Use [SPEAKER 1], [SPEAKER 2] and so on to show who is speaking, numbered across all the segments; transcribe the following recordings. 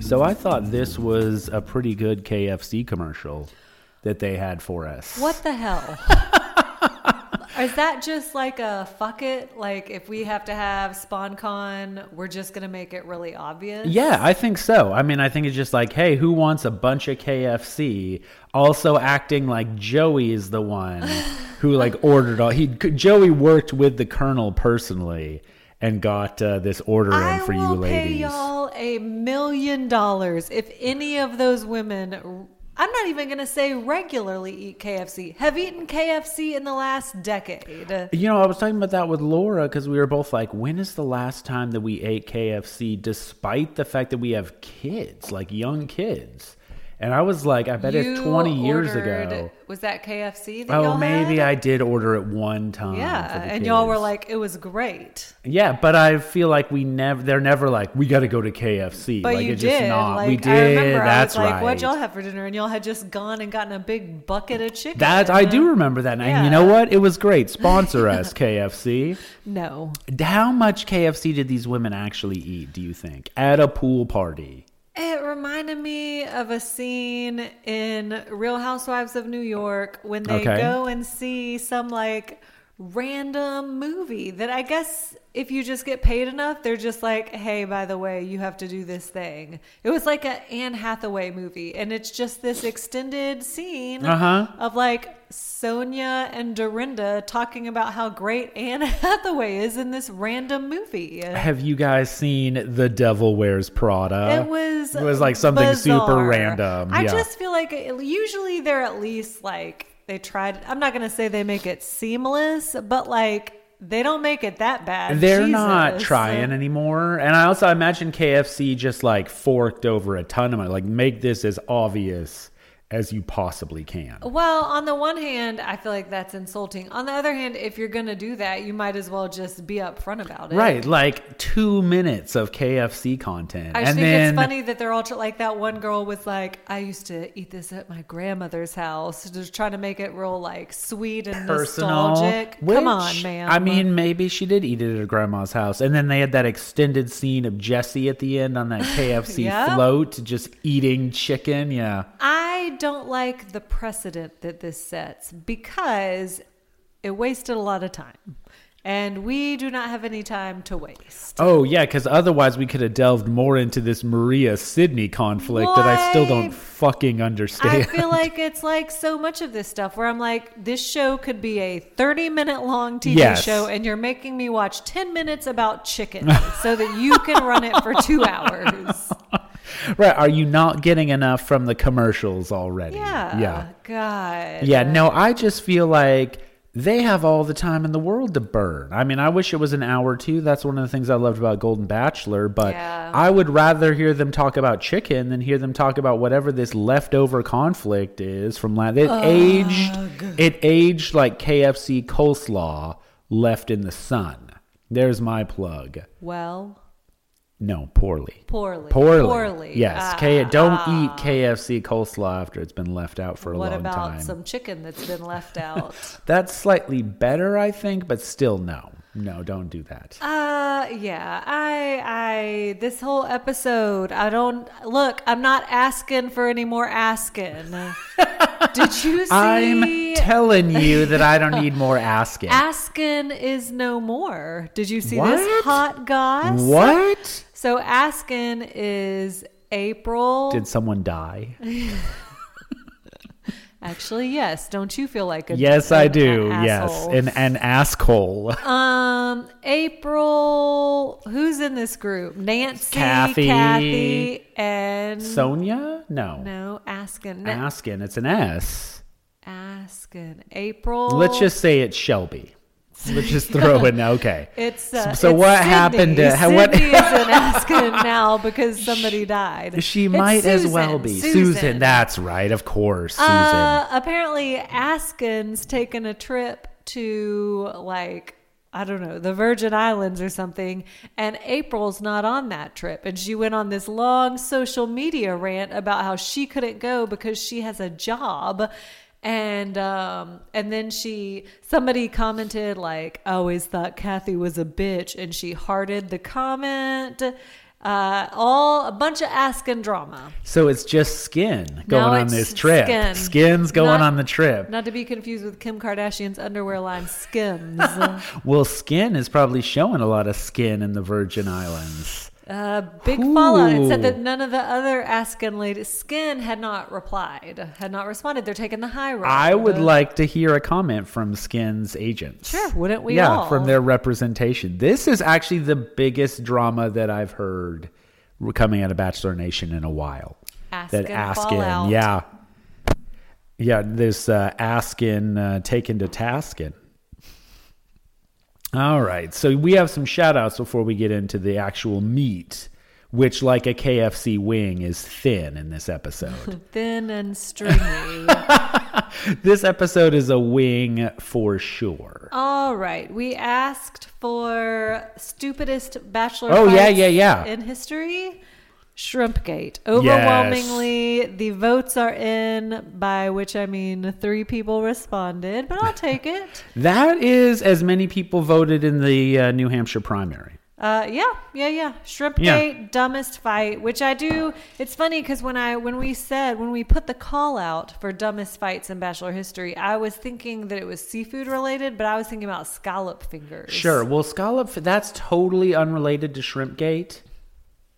[SPEAKER 1] So I thought this was a pretty good KFC commercial that they had for us.
[SPEAKER 2] What the hell? Is that just like a fuck it? Like if we have to have SpawnCon, we're just gonna make it really obvious.
[SPEAKER 1] Yeah, I think so. I mean, I think it's just like, hey, who wants a bunch of KFC? Also acting like Joey is the one who like ordered all. He Joey worked with the colonel personally and got uh, this order
[SPEAKER 2] I
[SPEAKER 1] in for
[SPEAKER 2] will
[SPEAKER 1] you ladies.
[SPEAKER 2] pay y'all a million dollars if any of those women. I'm not even gonna say regularly eat KFC. Have eaten KFC in the last decade.
[SPEAKER 1] You know, I was talking about that with Laura because we were both like, when is the last time that we ate KFC despite the fact that we have kids, like young kids? And I was like, I bet it's
[SPEAKER 2] You
[SPEAKER 1] 20 years
[SPEAKER 2] ordered-
[SPEAKER 1] ago.
[SPEAKER 2] Was that KFC? That
[SPEAKER 1] Oh,
[SPEAKER 2] y'all
[SPEAKER 1] maybe
[SPEAKER 2] had?
[SPEAKER 1] I did order it one time.
[SPEAKER 2] Yeah,
[SPEAKER 1] for the
[SPEAKER 2] and y'all were
[SPEAKER 1] kids.
[SPEAKER 2] like, it was great.
[SPEAKER 1] yeah, but I feel like we never, they're never like, we got to go to KFC.
[SPEAKER 2] But
[SPEAKER 1] like,
[SPEAKER 2] you
[SPEAKER 1] it's
[SPEAKER 2] did.
[SPEAKER 1] just not.
[SPEAKER 2] Like,
[SPEAKER 1] we did.
[SPEAKER 2] I remember
[SPEAKER 1] That's
[SPEAKER 2] I was
[SPEAKER 1] right.
[SPEAKER 2] like, what'd y'all have for dinner? And y'all had just gone and gotten a big bucket of chicken.
[SPEAKER 1] that I do remember that, and you
[SPEAKER 2] Yeah.
[SPEAKER 1] know what? It was great. Sponsor us, KFC.
[SPEAKER 2] No.
[SPEAKER 1] How much KFC did these women actually eat, do you think, at a pool party?
[SPEAKER 2] It reminded me of a scene in Real Housewives of New York when they
[SPEAKER 1] Okay.
[SPEAKER 2] go and see some like random movie that I guess if you just get paid enough, they're just like, hey, by the way, you have to do this thing. It was like a Anne Hathaway movie, and it's just this extended scene
[SPEAKER 1] Uh-huh.
[SPEAKER 2] of like Sonia and Dorinda talking about how great Anne Hathaway is in this random movie.
[SPEAKER 1] Have you guys seen The Devil Wears Prada?
[SPEAKER 2] It was
[SPEAKER 1] It was like something super
[SPEAKER 2] bizarre.
[SPEAKER 1] random.
[SPEAKER 2] I
[SPEAKER 1] yeah.
[SPEAKER 2] just feel like it- usually they're at least like they tried. I'm not gonna say they make it seamless, but like they don't make it that bad.
[SPEAKER 1] they're not
[SPEAKER 2] Jesus.
[SPEAKER 1] trying anymore. And I also imagine KFC just like forked over a ton of money. Like make this as obvious as you possibly can.
[SPEAKER 2] Well, on the one hand, I feel like that's insulting. On the other hand, if you're gonna do that, you might as well just be upfront about it.
[SPEAKER 1] Right, like two minutes of KFC content.
[SPEAKER 2] I just
[SPEAKER 1] and
[SPEAKER 2] think
[SPEAKER 1] then
[SPEAKER 2] it's funny that they're all tr- like that. One girl was like, "I used to eat this at my grandmother's house," just trying to make it real like sweet and
[SPEAKER 1] personal.
[SPEAKER 2] nostalgic.
[SPEAKER 1] which,
[SPEAKER 2] Come on, man.
[SPEAKER 1] I mean, maybe she did eat it at her grandma's house. And then they had that extended scene of Jesse at the end on that KFC
[SPEAKER 2] Yeah.
[SPEAKER 1] float just eating chicken. Yeah.
[SPEAKER 2] I don't like the precedent that this sets because it wasted a lot of time. And we do not have any time to waste.
[SPEAKER 1] Oh, yeah, because otherwise we could have delved more into this Maria Sydney conflict that I still don't
[SPEAKER 2] Why?
[SPEAKER 1] fucking
[SPEAKER 2] I
[SPEAKER 1] understand.
[SPEAKER 2] feel like it's like so much of this stuff where I'm like, this show could be a 30 minute long TV
[SPEAKER 1] Yes.
[SPEAKER 2] show, and you're making me watch 10 minutes about chicken so that you can run it for two hours.
[SPEAKER 1] right. Are you not getting enough from the commercials already?
[SPEAKER 2] Yeah.
[SPEAKER 1] Yeah.
[SPEAKER 2] God.
[SPEAKER 1] Yeah, no, I just feel like they have all the time in the world to burn. I mean, I wish it was an hour too. That's one of the things I loved about Golden Bachelor, but
[SPEAKER 2] Yeah.
[SPEAKER 1] I would rather hear them talk about chicken than hear them talk about whatever this leftover conflict is from last. It aged, it aged like KFC coleslaw left in the sun. There's my plug.
[SPEAKER 2] Well,
[SPEAKER 1] No, poorly.
[SPEAKER 2] poorly.
[SPEAKER 1] Poorly.
[SPEAKER 2] Poorly.
[SPEAKER 1] Yes.
[SPEAKER 2] Ah,
[SPEAKER 1] K- don't eat KFC coleslaw after it's been left out for a
[SPEAKER 2] what
[SPEAKER 1] long
[SPEAKER 2] about
[SPEAKER 1] time.
[SPEAKER 2] some chicken that's been left out?
[SPEAKER 1] That's slightly better, I think, but still no. No, don't do that.
[SPEAKER 2] Uh yeah, I I this whole episode, I don't look, I'm not asking for any more asking. Did you Uh, see
[SPEAKER 1] I'm telling you that I don't need more asking.
[SPEAKER 2] Askin is no more. Did you see
[SPEAKER 1] What?
[SPEAKER 2] this hot goss?
[SPEAKER 1] What?
[SPEAKER 2] So Askin is April.
[SPEAKER 1] Did someone die?
[SPEAKER 2] Actually, yes. Don't you feel like a
[SPEAKER 1] Yes, I
[SPEAKER 2] an
[SPEAKER 1] do.
[SPEAKER 2] a-
[SPEAKER 1] Yes.
[SPEAKER 2] asshole?
[SPEAKER 1] An an asshole.
[SPEAKER 2] Um, April. Who's in this group? Nancy,
[SPEAKER 1] Kathy.
[SPEAKER 2] Kathy, and
[SPEAKER 1] Sonia? No.
[SPEAKER 2] no Askin. No,
[SPEAKER 1] Asking. It's an S.
[SPEAKER 2] Askin. April.
[SPEAKER 1] Let's just say it's Shelby. Let's just throw in okay.
[SPEAKER 2] It's uh,
[SPEAKER 1] so
[SPEAKER 2] it's
[SPEAKER 1] what
[SPEAKER 2] Sydney.
[SPEAKER 1] happened to- how-
[SPEAKER 2] Sydney
[SPEAKER 1] what-
[SPEAKER 2] is in Askin now because somebody died.
[SPEAKER 1] She
[SPEAKER 2] It's
[SPEAKER 1] might as
[SPEAKER 2] Susan.
[SPEAKER 1] well be. Susan.
[SPEAKER 2] Susan.
[SPEAKER 1] that's right. Of course, Susan.
[SPEAKER 2] Uh, apparently, Askin's taken a trip to like. I don't know, the Virgin Islands or something. And April's not on that trip. And she went on this long social media rant about how she couldn't go because she has a job. And um, and then she somebody commented like, I always thought Kathy was a bitch, and she hearted the comment. Uh, all a bunch of asking drama.
[SPEAKER 1] So it's just skin going
[SPEAKER 2] No,
[SPEAKER 1] on
[SPEAKER 2] it's
[SPEAKER 1] this trip.
[SPEAKER 2] skin.
[SPEAKER 1] Skin's going
[SPEAKER 2] Not-
[SPEAKER 1] on the trip.
[SPEAKER 2] Not to be confused with Kim Kardashian's underwear line Skims.
[SPEAKER 1] Well, skin is probably showing a lot of skin in the Virgin Islands.
[SPEAKER 2] uh, big fallout. It
[SPEAKER 1] Ooh.
[SPEAKER 2] said that none of the other asking ladies, Skin, had not replied, had not responded. They're taking the high road.
[SPEAKER 1] I would like to hear a comment from Skin's agents.
[SPEAKER 2] Uh-huh. Sure, wouldn't we
[SPEAKER 1] Yeah,
[SPEAKER 2] all?
[SPEAKER 1] from their representation. This is actually the biggest drama that I've heard coming out of Bachelor Nation in a while.
[SPEAKER 2] Askin
[SPEAKER 1] that Askin,
[SPEAKER 2] fallout.
[SPEAKER 1] yeah, yeah. This uh, Askin uh, taken to taskin. All right, so we have some shout outs before we get into the actual meat, which, like a KFC wing, is thin in this episode.
[SPEAKER 2] Thin and stringy.
[SPEAKER 1] this episode is a wing for sure.
[SPEAKER 2] All right. We asked for stupidest bachelor.
[SPEAKER 1] Oh, yeah,
[SPEAKER 2] fights
[SPEAKER 1] yeah, yeah.
[SPEAKER 2] In history, Shrimpgate. Overwhelmingly, the votes are in. By which I mean three people responded, but I'll take it.
[SPEAKER 1] That is as many people voted in the uh, New Hampshire primary.
[SPEAKER 2] Uh, yeah, yeah, yeah. Shrimpgate, dumbest fight. Which I do. It's funny because when I when we said when we put the call out for dumbest fights in bachelor history, I was thinking that it was seafood related, but I was thinking about scallop fingers.
[SPEAKER 1] Sure. Well, scallop, that's totally unrelated to Shrimpgate.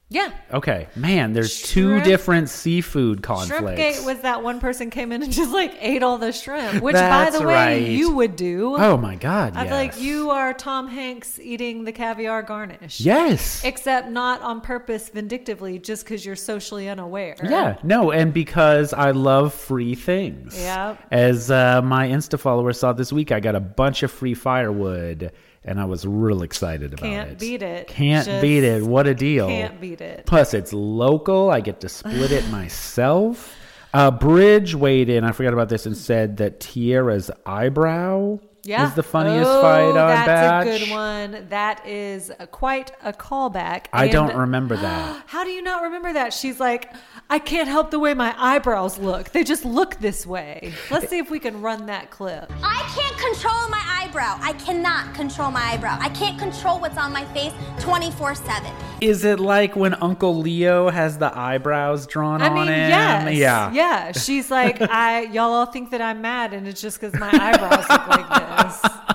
[SPEAKER 2] Yeah.
[SPEAKER 1] Okay. Man, there's two
[SPEAKER 2] Shrimp-
[SPEAKER 1] different seafood
[SPEAKER 2] Shrimpgate
[SPEAKER 1] conflicts.
[SPEAKER 2] was that one person came in and just like ate all the shrimp, which
[SPEAKER 1] That's
[SPEAKER 2] by the way
[SPEAKER 1] right.
[SPEAKER 2] you would do.
[SPEAKER 1] oh, my God.
[SPEAKER 2] I
[SPEAKER 1] yes.
[SPEAKER 2] feel like you are Tom Hanks eating the caviar garnish.
[SPEAKER 1] Yes.
[SPEAKER 2] Except not on purpose vindictively, just because you're socially unaware.
[SPEAKER 1] yeah. No, and because I love free things.
[SPEAKER 2] Yep.
[SPEAKER 1] As uh, my Insta follower saw this week, I got a bunch of free firewood and I was real excited about
[SPEAKER 2] Can't
[SPEAKER 1] it.
[SPEAKER 2] beat it.
[SPEAKER 1] Can't
[SPEAKER 2] Just
[SPEAKER 1] beat it. What a deal.
[SPEAKER 2] Can't beat it.
[SPEAKER 1] Plus, it's local. I get to split it myself. Uh, Bridge weighed in. I forgot about this and said that Tierra's eyebrow
[SPEAKER 2] Yeah.
[SPEAKER 1] is the funniest
[SPEAKER 2] Oh,
[SPEAKER 1] fight on
[SPEAKER 2] that's
[SPEAKER 1] Batch.
[SPEAKER 2] a good one. That is a- quite a callback.
[SPEAKER 1] I
[SPEAKER 2] and-
[SPEAKER 1] don't remember that.
[SPEAKER 2] How do you not remember that? She's like, I can't help the way my eyebrows look. They just look this way. Let's see if we can run that clip.
[SPEAKER 3] I can't control my eyebrow. I cannot control my eyebrow. I can't control what's on my face 24 7.
[SPEAKER 1] Is it like when Uncle Leo has the eyebrows drawn
[SPEAKER 2] I
[SPEAKER 1] on
[SPEAKER 2] mean,
[SPEAKER 1] him?
[SPEAKER 2] yes,
[SPEAKER 1] Yeah.
[SPEAKER 2] yeah. She's like, I y'all all think that I'm mad, and it's just because my eyebrows look like this.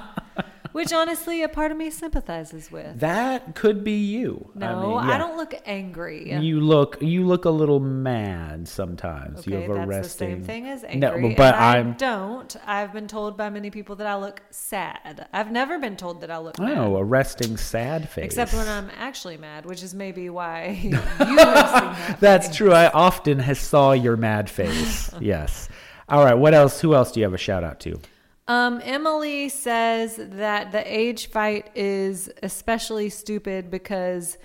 [SPEAKER 2] Which honestly, a part of me sympathizes with.
[SPEAKER 1] That could be you.
[SPEAKER 2] No, I,
[SPEAKER 1] mean, yeah.
[SPEAKER 2] don't look angry.
[SPEAKER 1] You look you look a little mad sometimes. you
[SPEAKER 2] Okay,
[SPEAKER 1] have
[SPEAKER 2] that's
[SPEAKER 1] a
[SPEAKER 2] the same
[SPEAKER 1] resting.
[SPEAKER 2] thing as angry.
[SPEAKER 1] No, but,
[SPEAKER 2] and I
[SPEAKER 1] I'm.
[SPEAKER 2] don't. I've been told by many people that I look sad. I've never been told that I look mad.
[SPEAKER 1] Oh, a resting sad face.
[SPEAKER 2] Except when I'm actually mad, which is maybe why you have seen that.
[SPEAKER 1] That's true. I often has saw your mad face. yes. All right. What else? Who else do you have a shout out to?
[SPEAKER 2] Um, Emily says that the age fight is especially stupid because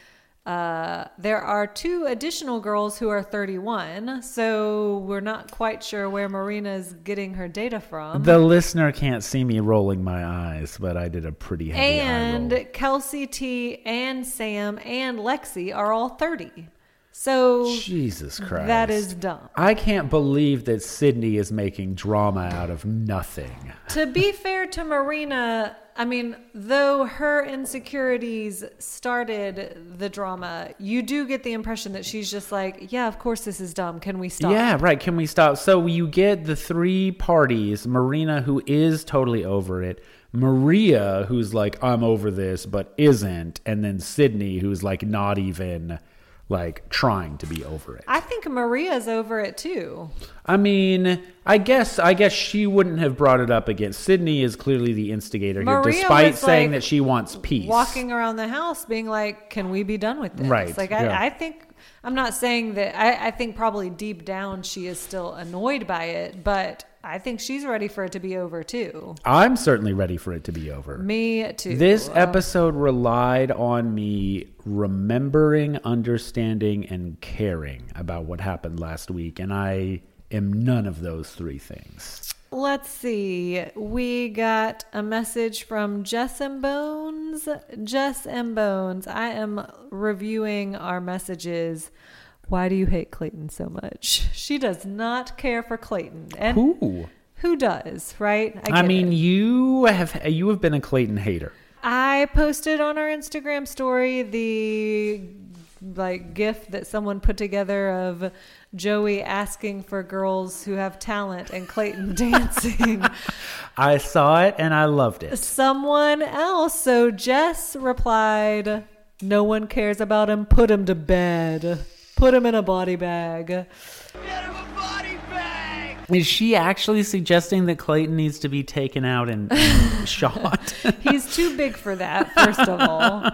[SPEAKER 2] uh, there are two additional girls who are 31, so we're not quite sure where Marina's getting her data from.
[SPEAKER 1] The listener can't see me rolling my eyes, but I did a pretty heavy eye roll.
[SPEAKER 2] and Kelsey T and Sam and Lexi are all 30. So
[SPEAKER 1] Jesus Christ.
[SPEAKER 2] that is dumb.
[SPEAKER 1] I can't believe that Sydney is making drama out of nothing.
[SPEAKER 2] to be fair to Marina, I mean, though her insecurities started the drama, you do get the impression that she's just like, yeah, of course this is dumb. Can we stop?
[SPEAKER 1] Yeah, right. Can we stop? So you get the three parties Marina, who is totally over it, Maria, who's like, I'm over this, but isn't, and then Sydney, who's like, not even like trying to be over it.
[SPEAKER 2] I think Maria's over it too.
[SPEAKER 1] I mean, I guess I guess she wouldn't have brought it up again. Sydney is clearly the instigator here,
[SPEAKER 2] Maria
[SPEAKER 1] despite
[SPEAKER 2] was,
[SPEAKER 1] saying
[SPEAKER 2] like,
[SPEAKER 1] that she wants peace.
[SPEAKER 2] Walking around the house being like, can we be done with this?
[SPEAKER 1] Right,
[SPEAKER 2] Like, I,
[SPEAKER 1] yeah.
[SPEAKER 2] I think, I'm not saying that, I, I think probably deep down she is still annoyed by it, but I think she's ready for it to be over too.
[SPEAKER 1] I'm certainly ready for it to be over.
[SPEAKER 2] Me too.
[SPEAKER 1] This uh, episode relied on me remembering, understanding, and caring about what happened last week, and I am none of those three things.
[SPEAKER 2] Let's see. We got a message from Jess and Bones. Jess and Bones, I am reviewing our messages. Why do you hate Clayton so much? She does not care for Clayton. And who,
[SPEAKER 1] Ooh.
[SPEAKER 2] does, right?
[SPEAKER 1] I
[SPEAKER 2] get
[SPEAKER 1] mean,
[SPEAKER 2] it.
[SPEAKER 1] you have you have been a Clayton hater.
[SPEAKER 2] I posted on our Instagram story the like gift that someone put together of Joey asking for girls who have talent and Clayton dancing.
[SPEAKER 1] I saw it and I loved it.
[SPEAKER 2] Someone else. So Jess replied, "No one cares about him. Put him to bed. Put him in a body bag."
[SPEAKER 1] Is she actually suggesting that Clayton needs to be taken out and, and shot?
[SPEAKER 2] He's too big for that. First of all,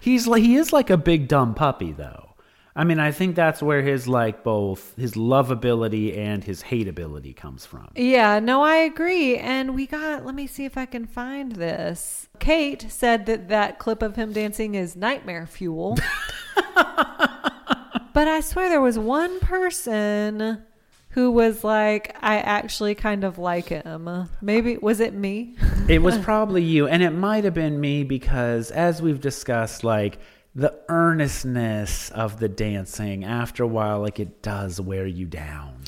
[SPEAKER 1] He's like he is like a big dumb puppy though. I mean, I think that's where his like both his lovability and his hateability comes from.
[SPEAKER 2] yeah, no, I agree. And we got. Let me see if I can find this. Kate said that that clip of him dancing is nightmare fuel. But I swear there was one person who was like, I actually kind of like him. Maybe, was it me?
[SPEAKER 1] It
[SPEAKER 2] Uh.
[SPEAKER 1] was probably you, and it might have been me because, as we've discussed, like the earnestness of the dancing after a while, like it does wear you down.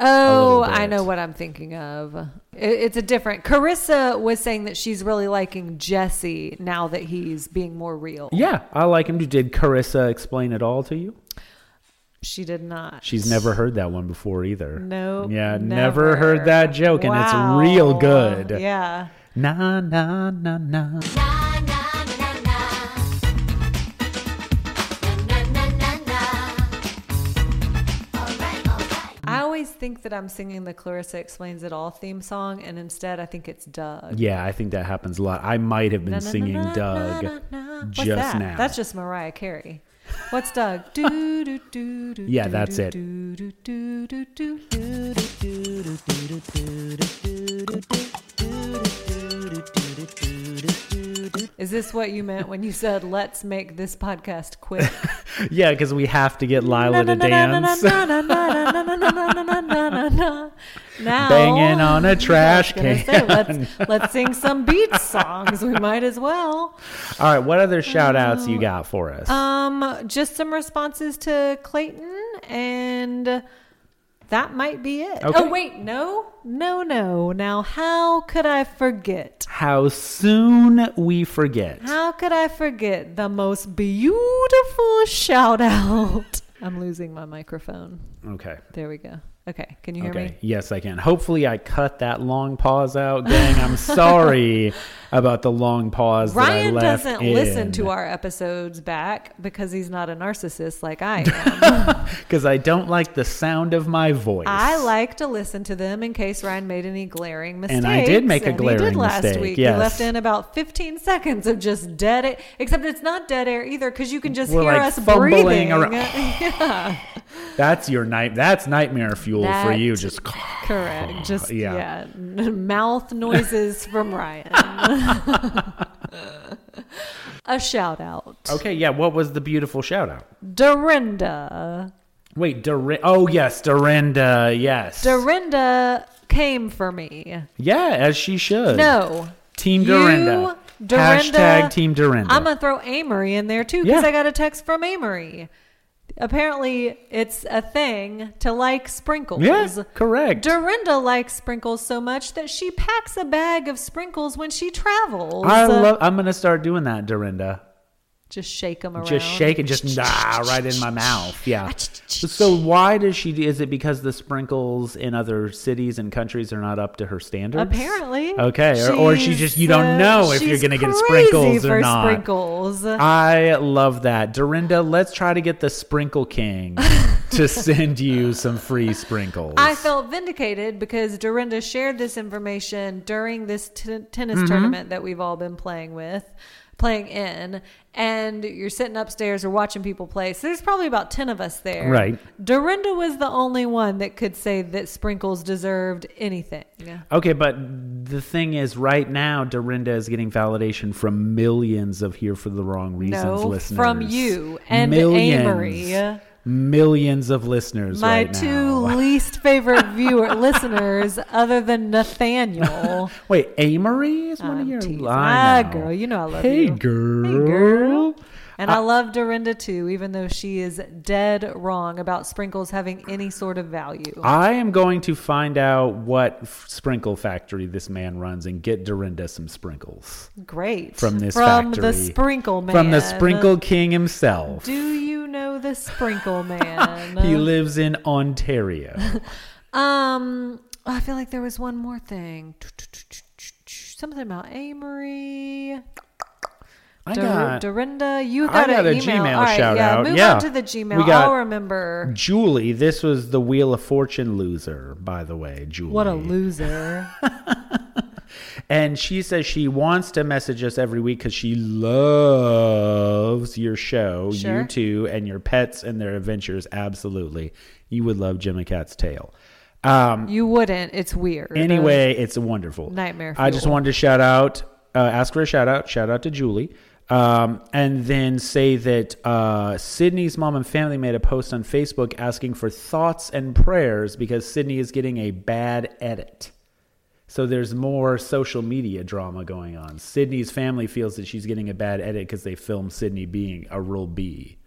[SPEAKER 2] Oh,
[SPEAKER 1] little bit.
[SPEAKER 2] I know what I'm thinking of. It, it's a different. Carissa was saying that she's really liking Jesse now that he's being more real.
[SPEAKER 1] Yeah, I like him. Did Carissa explain it all to you?
[SPEAKER 2] She did not.
[SPEAKER 1] She's never heard that one before either.
[SPEAKER 2] Nope,
[SPEAKER 1] Yeah, never, heard that joke, and
[SPEAKER 2] Wow.
[SPEAKER 1] it's real good.
[SPEAKER 2] Yeah.
[SPEAKER 1] Na na na na.
[SPEAKER 3] Na, na, na, na. Na, na, na, na, na. All right, all right.
[SPEAKER 2] I always think that I'm singing the Clarissa Explains It All theme song, and instead I think it's Doug.
[SPEAKER 1] Yeah, I think that happens a lot. I might have been singing Doug just
[SPEAKER 2] What's that?
[SPEAKER 1] now.
[SPEAKER 2] That's just Mariah Carey. What's Doug? do, do, do, do,
[SPEAKER 1] Yeah,
[SPEAKER 2] do,
[SPEAKER 1] that's
[SPEAKER 2] do,
[SPEAKER 1] it.
[SPEAKER 2] do, do, do, do, do, do, do, do, do, do, do, do, do, do. Is this what you meant when you said "Let's make this podcast quick"?
[SPEAKER 1] yeah, because we have to get Lila to dance.
[SPEAKER 2] Now,
[SPEAKER 1] Banging on a trash
[SPEAKER 2] gonna
[SPEAKER 1] can.
[SPEAKER 2] say, let's let's sing some beat songs. We might as well.
[SPEAKER 1] All right, what other shout outs you got for us?
[SPEAKER 2] Oh. Um, just some responses to Clayton, and that might be it.
[SPEAKER 1] Okay.
[SPEAKER 2] Oh wait, no, no, no. Now, how could I forget?
[SPEAKER 1] How soon we forget.
[SPEAKER 2] How could I forget the most beautiful shout out? I'm losing my microphone.
[SPEAKER 1] Okay.
[SPEAKER 2] There we go. Okay, can you hear me?
[SPEAKER 1] Okay. Yes, I can. Hopefully, I cut that long pause out, gang. I'm sorry about the long pause. that I
[SPEAKER 2] Ryan
[SPEAKER 1] left
[SPEAKER 2] doesn't
[SPEAKER 1] in.
[SPEAKER 2] listen to our episodes back because he's not a narcissist like I am.
[SPEAKER 1] because I don't like the sound of my voice.
[SPEAKER 2] I like to listen to them in case Ryan made any glaring mistakes.
[SPEAKER 1] And I did make a
[SPEAKER 2] and he
[SPEAKER 1] glaring
[SPEAKER 2] did last
[SPEAKER 1] mistake,
[SPEAKER 2] week.
[SPEAKER 1] yes.
[SPEAKER 2] He left in about 15 seconds of just dead air. Except it's not dead air either because you can just
[SPEAKER 1] We're,
[SPEAKER 2] hear
[SPEAKER 1] like,
[SPEAKER 2] us
[SPEAKER 1] fumbling
[SPEAKER 2] breathing.
[SPEAKER 1] around.
[SPEAKER 2] yeah.
[SPEAKER 1] That's your night. That's nightmare fuel for
[SPEAKER 2] That-
[SPEAKER 1] you. Just
[SPEAKER 2] Correct. Just
[SPEAKER 1] Yeah.
[SPEAKER 2] yeah. Mouth noises from Ryan. a shout out.
[SPEAKER 1] okay. Yeah. What was the beautiful shout out?
[SPEAKER 2] Dorinda.
[SPEAKER 1] Wait, Dorinda. Oh yes, Dorinda. Yes.
[SPEAKER 2] Dorinda came for me.
[SPEAKER 1] yeah, as she should.
[SPEAKER 2] No.
[SPEAKER 1] Team
[SPEAKER 2] You,
[SPEAKER 1] Dorinda.
[SPEAKER 2] Dorinda-
[SPEAKER 1] Hashtag Team Dorinda.
[SPEAKER 2] I'm going to throw Amory in there too because
[SPEAKER 1] Yeah.
[SPEAKER 2] I got a text from Amory. Apparently, it's a thing to like sprinkles.
[SPEAKER 1] yeah, correct.
[SPEAKER 2] Dorinda likes sprinkles so much that she packs a bag of sprinkles when she travels.
[SPEAKER 1] I
[SPEAKER 2] Uh,
[SPEAKER 1] love. I'm gonna start doing that, Dorinda.
[SPEAKER 2] Just shake them around.
[SPEAKER 1] Just shake it, just nah, right in my mouth. Yeah. So why does she? Is it because the sprinkles in other cities and countries are not up to her standards?
[SPEAKER 2] Apparently.
[SPEAKER 1] Okay, or, or she
[SPEAKER 2] She's,
[SPEAKER 1] just you
[SPEAKER 2] uh,
[SPEAKER 1] don't know if you're
[SPEAKER 2] she's
[SPEAKER 1] gonna get
[SPEAKER 2] crazy
[SPEAKER 1] sprinkles
[SPEAKER 2] for
[SPEAKER 1] or not.
[SPEAKER 2] Sprinkles.
[SPEAKER 1] I love that, Dorinda. Let's try to get the Sprinkle King to send you some free sprinkles.
[SPEAKER 2] I felt vindicated because Dorinda shared this information during this t- tennis
[SPEAKER 1] Mm-hmm.
[SPEAKER 2] tournament that we've all been playing with, playing in, and you're sitting upstairs or watching people play. So there's probably about 10 of us there.
[SPEAKER 1] Right.
[SPEAKER 2] Dorinda was the only one that could say that sprinkles deserved anything.
[SPEAKER 1] Okay, but the thing is, right now, Dorinda is getting validation from millions of here for the wrong reasons
[SPEAKER 2] No,
[SPEAKER 1] listeners.
[SPEAKER 2] from you and Amory.
[SPEAKER 1] Millions of listeners
[SPEAKER 2] My
[SPEAKER 1] right
[SPEAKER 2] two
[SPEAKER 1] now.
[SPEAKER 2] least favorite viewer listeners, other than Nathaniel.
[SPEAKER 1] Wait, Amory is one of
[SPEAKER 2] I'm
[SPEAKER 1] your
[SPEAKER 2] teasing.
[SPEAKER 1] I
[SPEAKER 2] Ah,
[SPEAKER 1] know.
[SPEAKER 2] girl, you know I love
[SPEAKER 1] hey,
[SPEAKER 2] you.
[SPEAKER 1] Girl.
[SPEAKER 2] Hey, girl. And I, love Dorinda too, even though she is dead wrong about sprinkles having any sort of value.
[SPEAKER 1] I am going to find out what f- sprinkle factory this man runs and get Dorinda some sprinkles
[SPEAKER 2] Great.
[SPEAKER 1] from this
[SPEAKER 2] From
[SPEAKER 1] factory.
[SPEAKER 2] the sprinkle man.
[SPEAKER 1] From the Sprinkle King himself.
[SPEAKER 2] Do you know the Sprinkle Man.
[SPEAKER 1] He lives in Ontario.
[SPEAKER 2] Um, I feel like there was one more thing. Something about Amory.
[SPEAKER 1] I
[SPEAKER 2] Dor-
[SPEAKER 1] got
[SPEAKER 2] Dorinda. You
[SPEAKER 1] I
[SPEAKER 2] got,
[SPEAKER 1] got
[SPEAKER 2] an
[SPEAKER 1] a
[SPEAKER 2] email.
[SPEAKER 1] Gmail
[SPEAKER 2] All right,
[SPEAKER 1] shout
[SPEAKER 2] yeah,
[SPEAKER 1] out.
[SPEAKER 2] Move
[SPEAKER 1] Yeah.
[SPEAKER 2] on to the Gmail.
[SPEAKER 1] We got-
[SPEAKER 2] I'll remember.
[SPEAKER 1] Julie. This was the Wheel of Fortune loser, by the way. Julie.
[SPEAKER 2] What a loser.
[SPEAKER 1] And she says she wants to message us every week because she loves your show,
[SPEAKER 2] Sure.
[SPEAKER 1] you two, and your pets and their adventures. Absolutely. You would love Jim and Cat's Tale. Um,
[SPEAKER 2] you wouldn't. It's weird.
[SPEAKER 1] anyway, it's wonderful.
[SPEAKER 2] Nightmare
[SPEAKER 1] I just
[SPEAKER 2] fuel.
[SPEAKER 1] wanted to shout out, uh, ask for a shout out, shout out to Julie. Um, and then say that uh, Sydney's mom and family made a post on Facebook asking for thoughts and prayers because Sydney is getting a bad edit. So there's more social media drama going on. Sydney's family feels that she's getting a bad edit because they filmed Sydney being a real bee,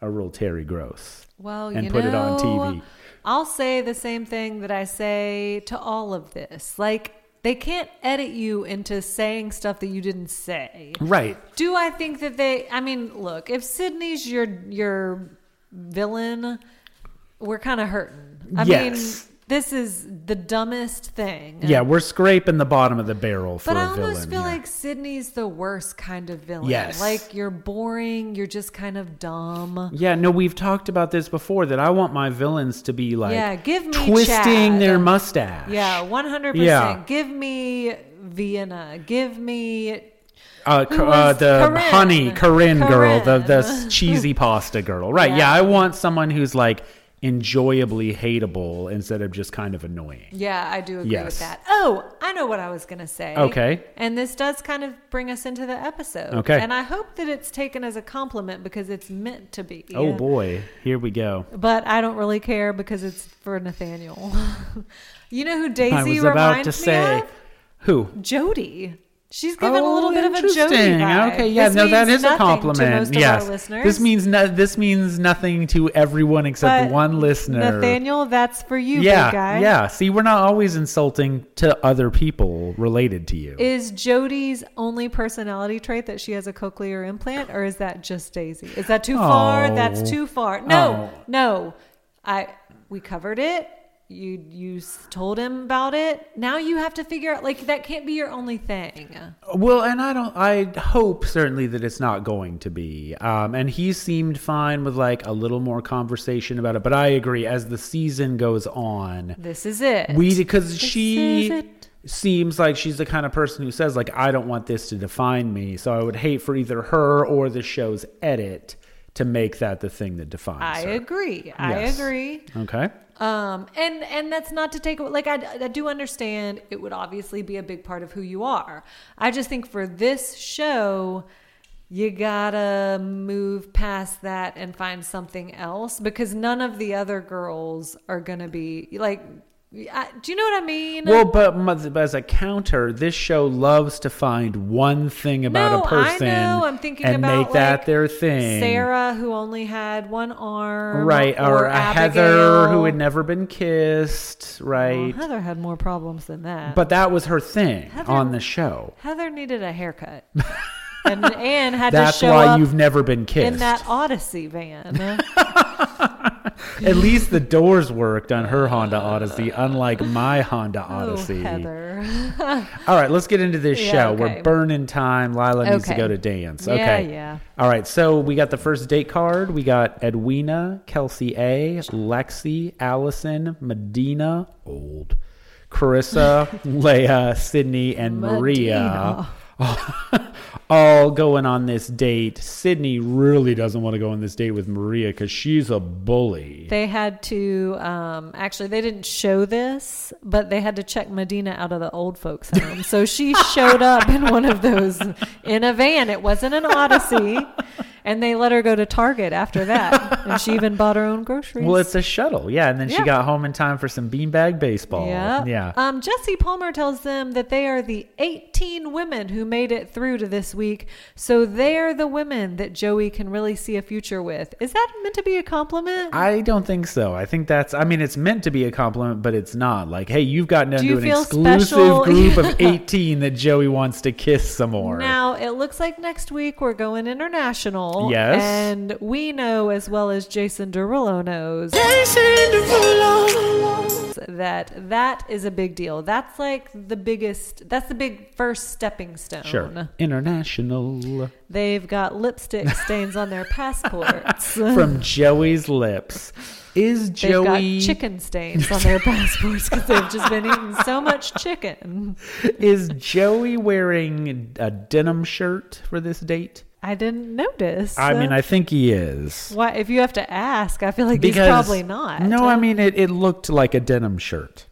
[SPEAKER 1] a real Terry Gross.
[SPEAKER 2] Well,
[SPEAKER 1] and
[SPEAKER 2] you
[SPEAKER 1] put
[SPEAKER 2] know,
[SPEAKER 1] it on TV.
[SPEAKER 2] I'll say the same thing that I say to all of this. Like, they can't edit you into saying stuff that you didn't say.
[SPEAKER 1] Right.
[SPEAKER 2] Do I think that they? I mean, look, if Sydney's your your villain, we're kind of hurting. I
[SPEAKER 1] Yes.
[SPEAKER 2] mean, this is the dumbest thing.
[SPEAKER 1] Yeah, we're scraping the bottom of the barrel for
[SPEAKER 2] But I
[SPEAKER 1] a villain.
[SPEAKER 2] almost feel
[SPEAKER 1] here.
[SPEAKER 2] like Sydney's the worst kind of villain.
[SPEAKER 1] Yes.
[SPEAKER 2] Like you're boring, you're just kind of dumb.
[SPEAKER 1] Yeah, no, we've talked about this before that I want my villains to be like
[SPEAKER 2] Yeah, give me
[SPEAKER 1] twisting
[SPEAKER 2] Chad.
[SPEAKER 1] their mustache.
[SPEAKER 2] Yeah, 100%.
[SPEAKER 1] Yeah.
[SPEAKER 2] Give me Vienna. Give me
[SPEAKER 1] Uh,
[SPEAKER 2] Who
[SPEAKER 1] Ca- uh,
[SPEAKER 2] was
[SPEAKER 1] the
[SPEAKER 2] Corinne?
[SPEAKER 1] honey Corinne, girl, the
[SPEAKER 2] Corinne.
[SPEAKER 1] the s- cheesy pasta girl. Right. Yeah.
[SPEAKER 2] Yeah.
[SPEAKER 1] I want someone who's like enjoyably hateable instead of just kind of annoying.
[SPEAKER 2] Yeah, I do agree
[SPEAKER 1] Yes.
[SPEAKER 2] with that. Oh, I know what I was going to say.
[SPEAKER 1] Okay.
[SPEAKER 2] And this does kind of bring us into the episode.
[SPEAKER 1] Okay.
[SPEAKER 2] And I hope that it's taken as a compliment because it's meant to be.
[SPEAKER 1] Oh boy, here we go.
[SPEAKER 2] But I don't really care because it's for Nathaniel. you know who Daisy
[SPEAKER 1] I was
[SPEAKER 2] reminds
[SPEAKER 1] about to
[SPEAKER 2] me
[SPEAKER 1] say
[SPEAKER 2] of?
[SPEAKER 1] who?
[SPEAKER 2] Jody. She's given a little
[SPEAKER 1] Oh,
[SPEAKER 2] bit of a Jody
[SPEAKER 1] interesting.
[SPEAKER 2] vibe.
[SPEAKER 1] Okay, yeah,
[SPEAKER 2] This
[SPEAKER 1] no, that
[SPEAKER 2] means
[SPEAKER 1] is a
[SPEAKER 2] nothing
[SPEAKER 1] compliment.
[SPEAKER 2] To most of
[SPEAKER 1] yes,
[SPEAKER 2] our listeners.
[SPEAKER 1] this means no, this means nothing to everyone except
[SPEAKER 2] But
[SPEAKER 1] one listener.
[SPEAKER 2] Nathaniel, that's for you,
[SPEAKER 1] yeah,
[SPEAKER 2] big guy.
[SPEAKER 1] yeah. See, we're not always insulting to other people related to you.
[SPEAKER 2] Is Jody's only personality trait that she has a cochlear implant, or is that just Daisy? Is that too far?
[SPEAKER 1] Oh.
[SPEAKER 2] That's too far. No,
[SPEAKER 1] Oh.
[SPEAKER 2] no. I we covered it. You you s- told him about it. Now you have to figure out like that can't be your only thing.
[SPEAKER 1] well, and I don't. I hope certainly that it's not going to be. Um, and he seemed fine with like a little more conversation about it. But I agree. As the season goes on,
[SPEAKER 2] This is it.
[SPEAKER 1] we because
[SPEAKER 2] is
[SPEAKER 1] she
[SPEAKER 2] it.
[SPEAKER 1] seems like she's the kind of person who says like I don't want this to define me. So I would hate for either her or the show's edit to make that the thing that defines
[SPEAKER 2] I
[SPEAKER 1] her.
[SPEAKER 2] agree. I
[SPEAKER 1] Yes.
[SPEAKER 2] agree.
[SPEAKER 1] Okay.
[SPEAKER 2] Um, and and that's not to take away. Like I, I do understand it would obviously be a big part of who you are. I just think for this show, you gotta move past that and find something else because none of the other girls are gonna be like. I, do you know what I mean?
[SPEAKER 1] Well, but m- as a counter, this show loves to find one thing about
[SPEAKER 2] No,
[SPEAKER 1] a
[SPEAKER 2] I
[SPEAKER 1] person
[SPEAKER 2] know. I'm thinking
[SPEAKER 1] and
[SPEAKER 2] about,
[SPEAKER 1] make that
[SPEAKER 2] like,
[SPEAKER 1] their thing.
[SPEAKER 2] Sarah, who only had one arm,
[SPEAKER 1] right, or, a Heather
[SPEAKER 2] Abigail.
[SPEAKER 1] who had never been kissed,
[SPEAKER 2] Well,
[SPEAKER 1] right?
[SPEAKER 2] Heather had more problems than that.
[SPEAKER 1] But that was her thing
[SPEAKER 2] Heather-
[SPEAKER 1] on the show.
[SPEAKER 2] Heather needed a haircut, and Anne had
[SPEAKER 1] That's
[SPEAKER 2] to show
[SPEAKER 1] why
[SPEAKER 2] up
[SPEAKER 1] you've never been kissed.
[SPEAKER 2] in that Odyssey van.
[SPEAKER 1] At least the doors worked on her Honda Odyssey, unlike my Honda
[SPEAKER 2] Oh,
[SPEAKER 1] Odyssey.
[SPEAKER 2] Heather.
[SPEAKER 1] All right, let's get into this
[SPEAKER 2] Yeah,
[SPEAKER 1] show.
[SPEAKER 2] okay.
[SPEAKER 1] We're burning time. Lila needs to
[SPEAKER 2] Okay.
[SPEAKER 1] go to dance.
[SPEAKER 2] Yeah,
[SPEAKER 1] Okay.
[SPEAKER 2] yeah.
[SPEAKER 1] All right, so we got the first date card. We got Edwina, Kelsey A, Lexi, Allison, Medina, old, Carissa, Leia, Sydney, and Maria. All going on this date. Sydney really doesn't want to go on this date with Maria because she's a bully.
[SPEAKER 2] they had to, um, actually, they didn't show this, but they had to check Medina out of the old folks' home. so she showed up in one of those in a van. It wasn't an Odyssey. And they let her go to Target after that. And she even bought her own groceries.
[SPEAKER 1] Well, it's a shuttle, yeah. And then she
[SPEAKER 2] Yeah.
[SPEAKER 1] got home in time for some beanbag baseball.
[SPEAKER 2] yeah.
[SPEAKER 1] yeah.
[SPEAKER 2] Um, Jesse Palmer tells them that they are the 18 women who made it through to this week. So they're the women that Joey can really see a future with. Is that meant to be a compliment?
[SPEAKER 1] I don't think so. I think that's. I mean, it's meant to be a compliment, but it's not. Like, hey, you've gotten
[SPEAKER 2] you
[SPEAKER 1] into an
[SPEAKER 2] feel
[SPEAKER 1] exclusive
[SPEAKER 2] special?
[SPEAKER 1] group of eighteen that Joey wants to kiss some more.
[SPEAKER 2] Now, it looks like next week we're going international.
[SPEAKER 1] Yes.
[SPEAKER 2] And we know, as well as Jason Derulo knows, that that is a big deal. That's like the biggest, that's the big first stepping stone.
[SPEAKER 1] Sure. International.
[SPEAKER 2] They've got lipstick stains on their passports.
[SPEAKER 1] From Joey's lips. Is
[SPEAKER 2] They've
[SPEAKER 1] Joey
[SPEAKER 2] got chicken stains on their passports because they've just been eating so much chicken.
[SPEAKER 1] is Joey wearing a denim shirt for this date?
[SPEAKER 2] I didn't notice.
[SPEAKER 1] I mean, I think he is.
[SPEAKER 2] Why, if you have to ask, I feel like he's probably not.
[SPEAKER 1] No, I mean it, it looked like a denim shirt.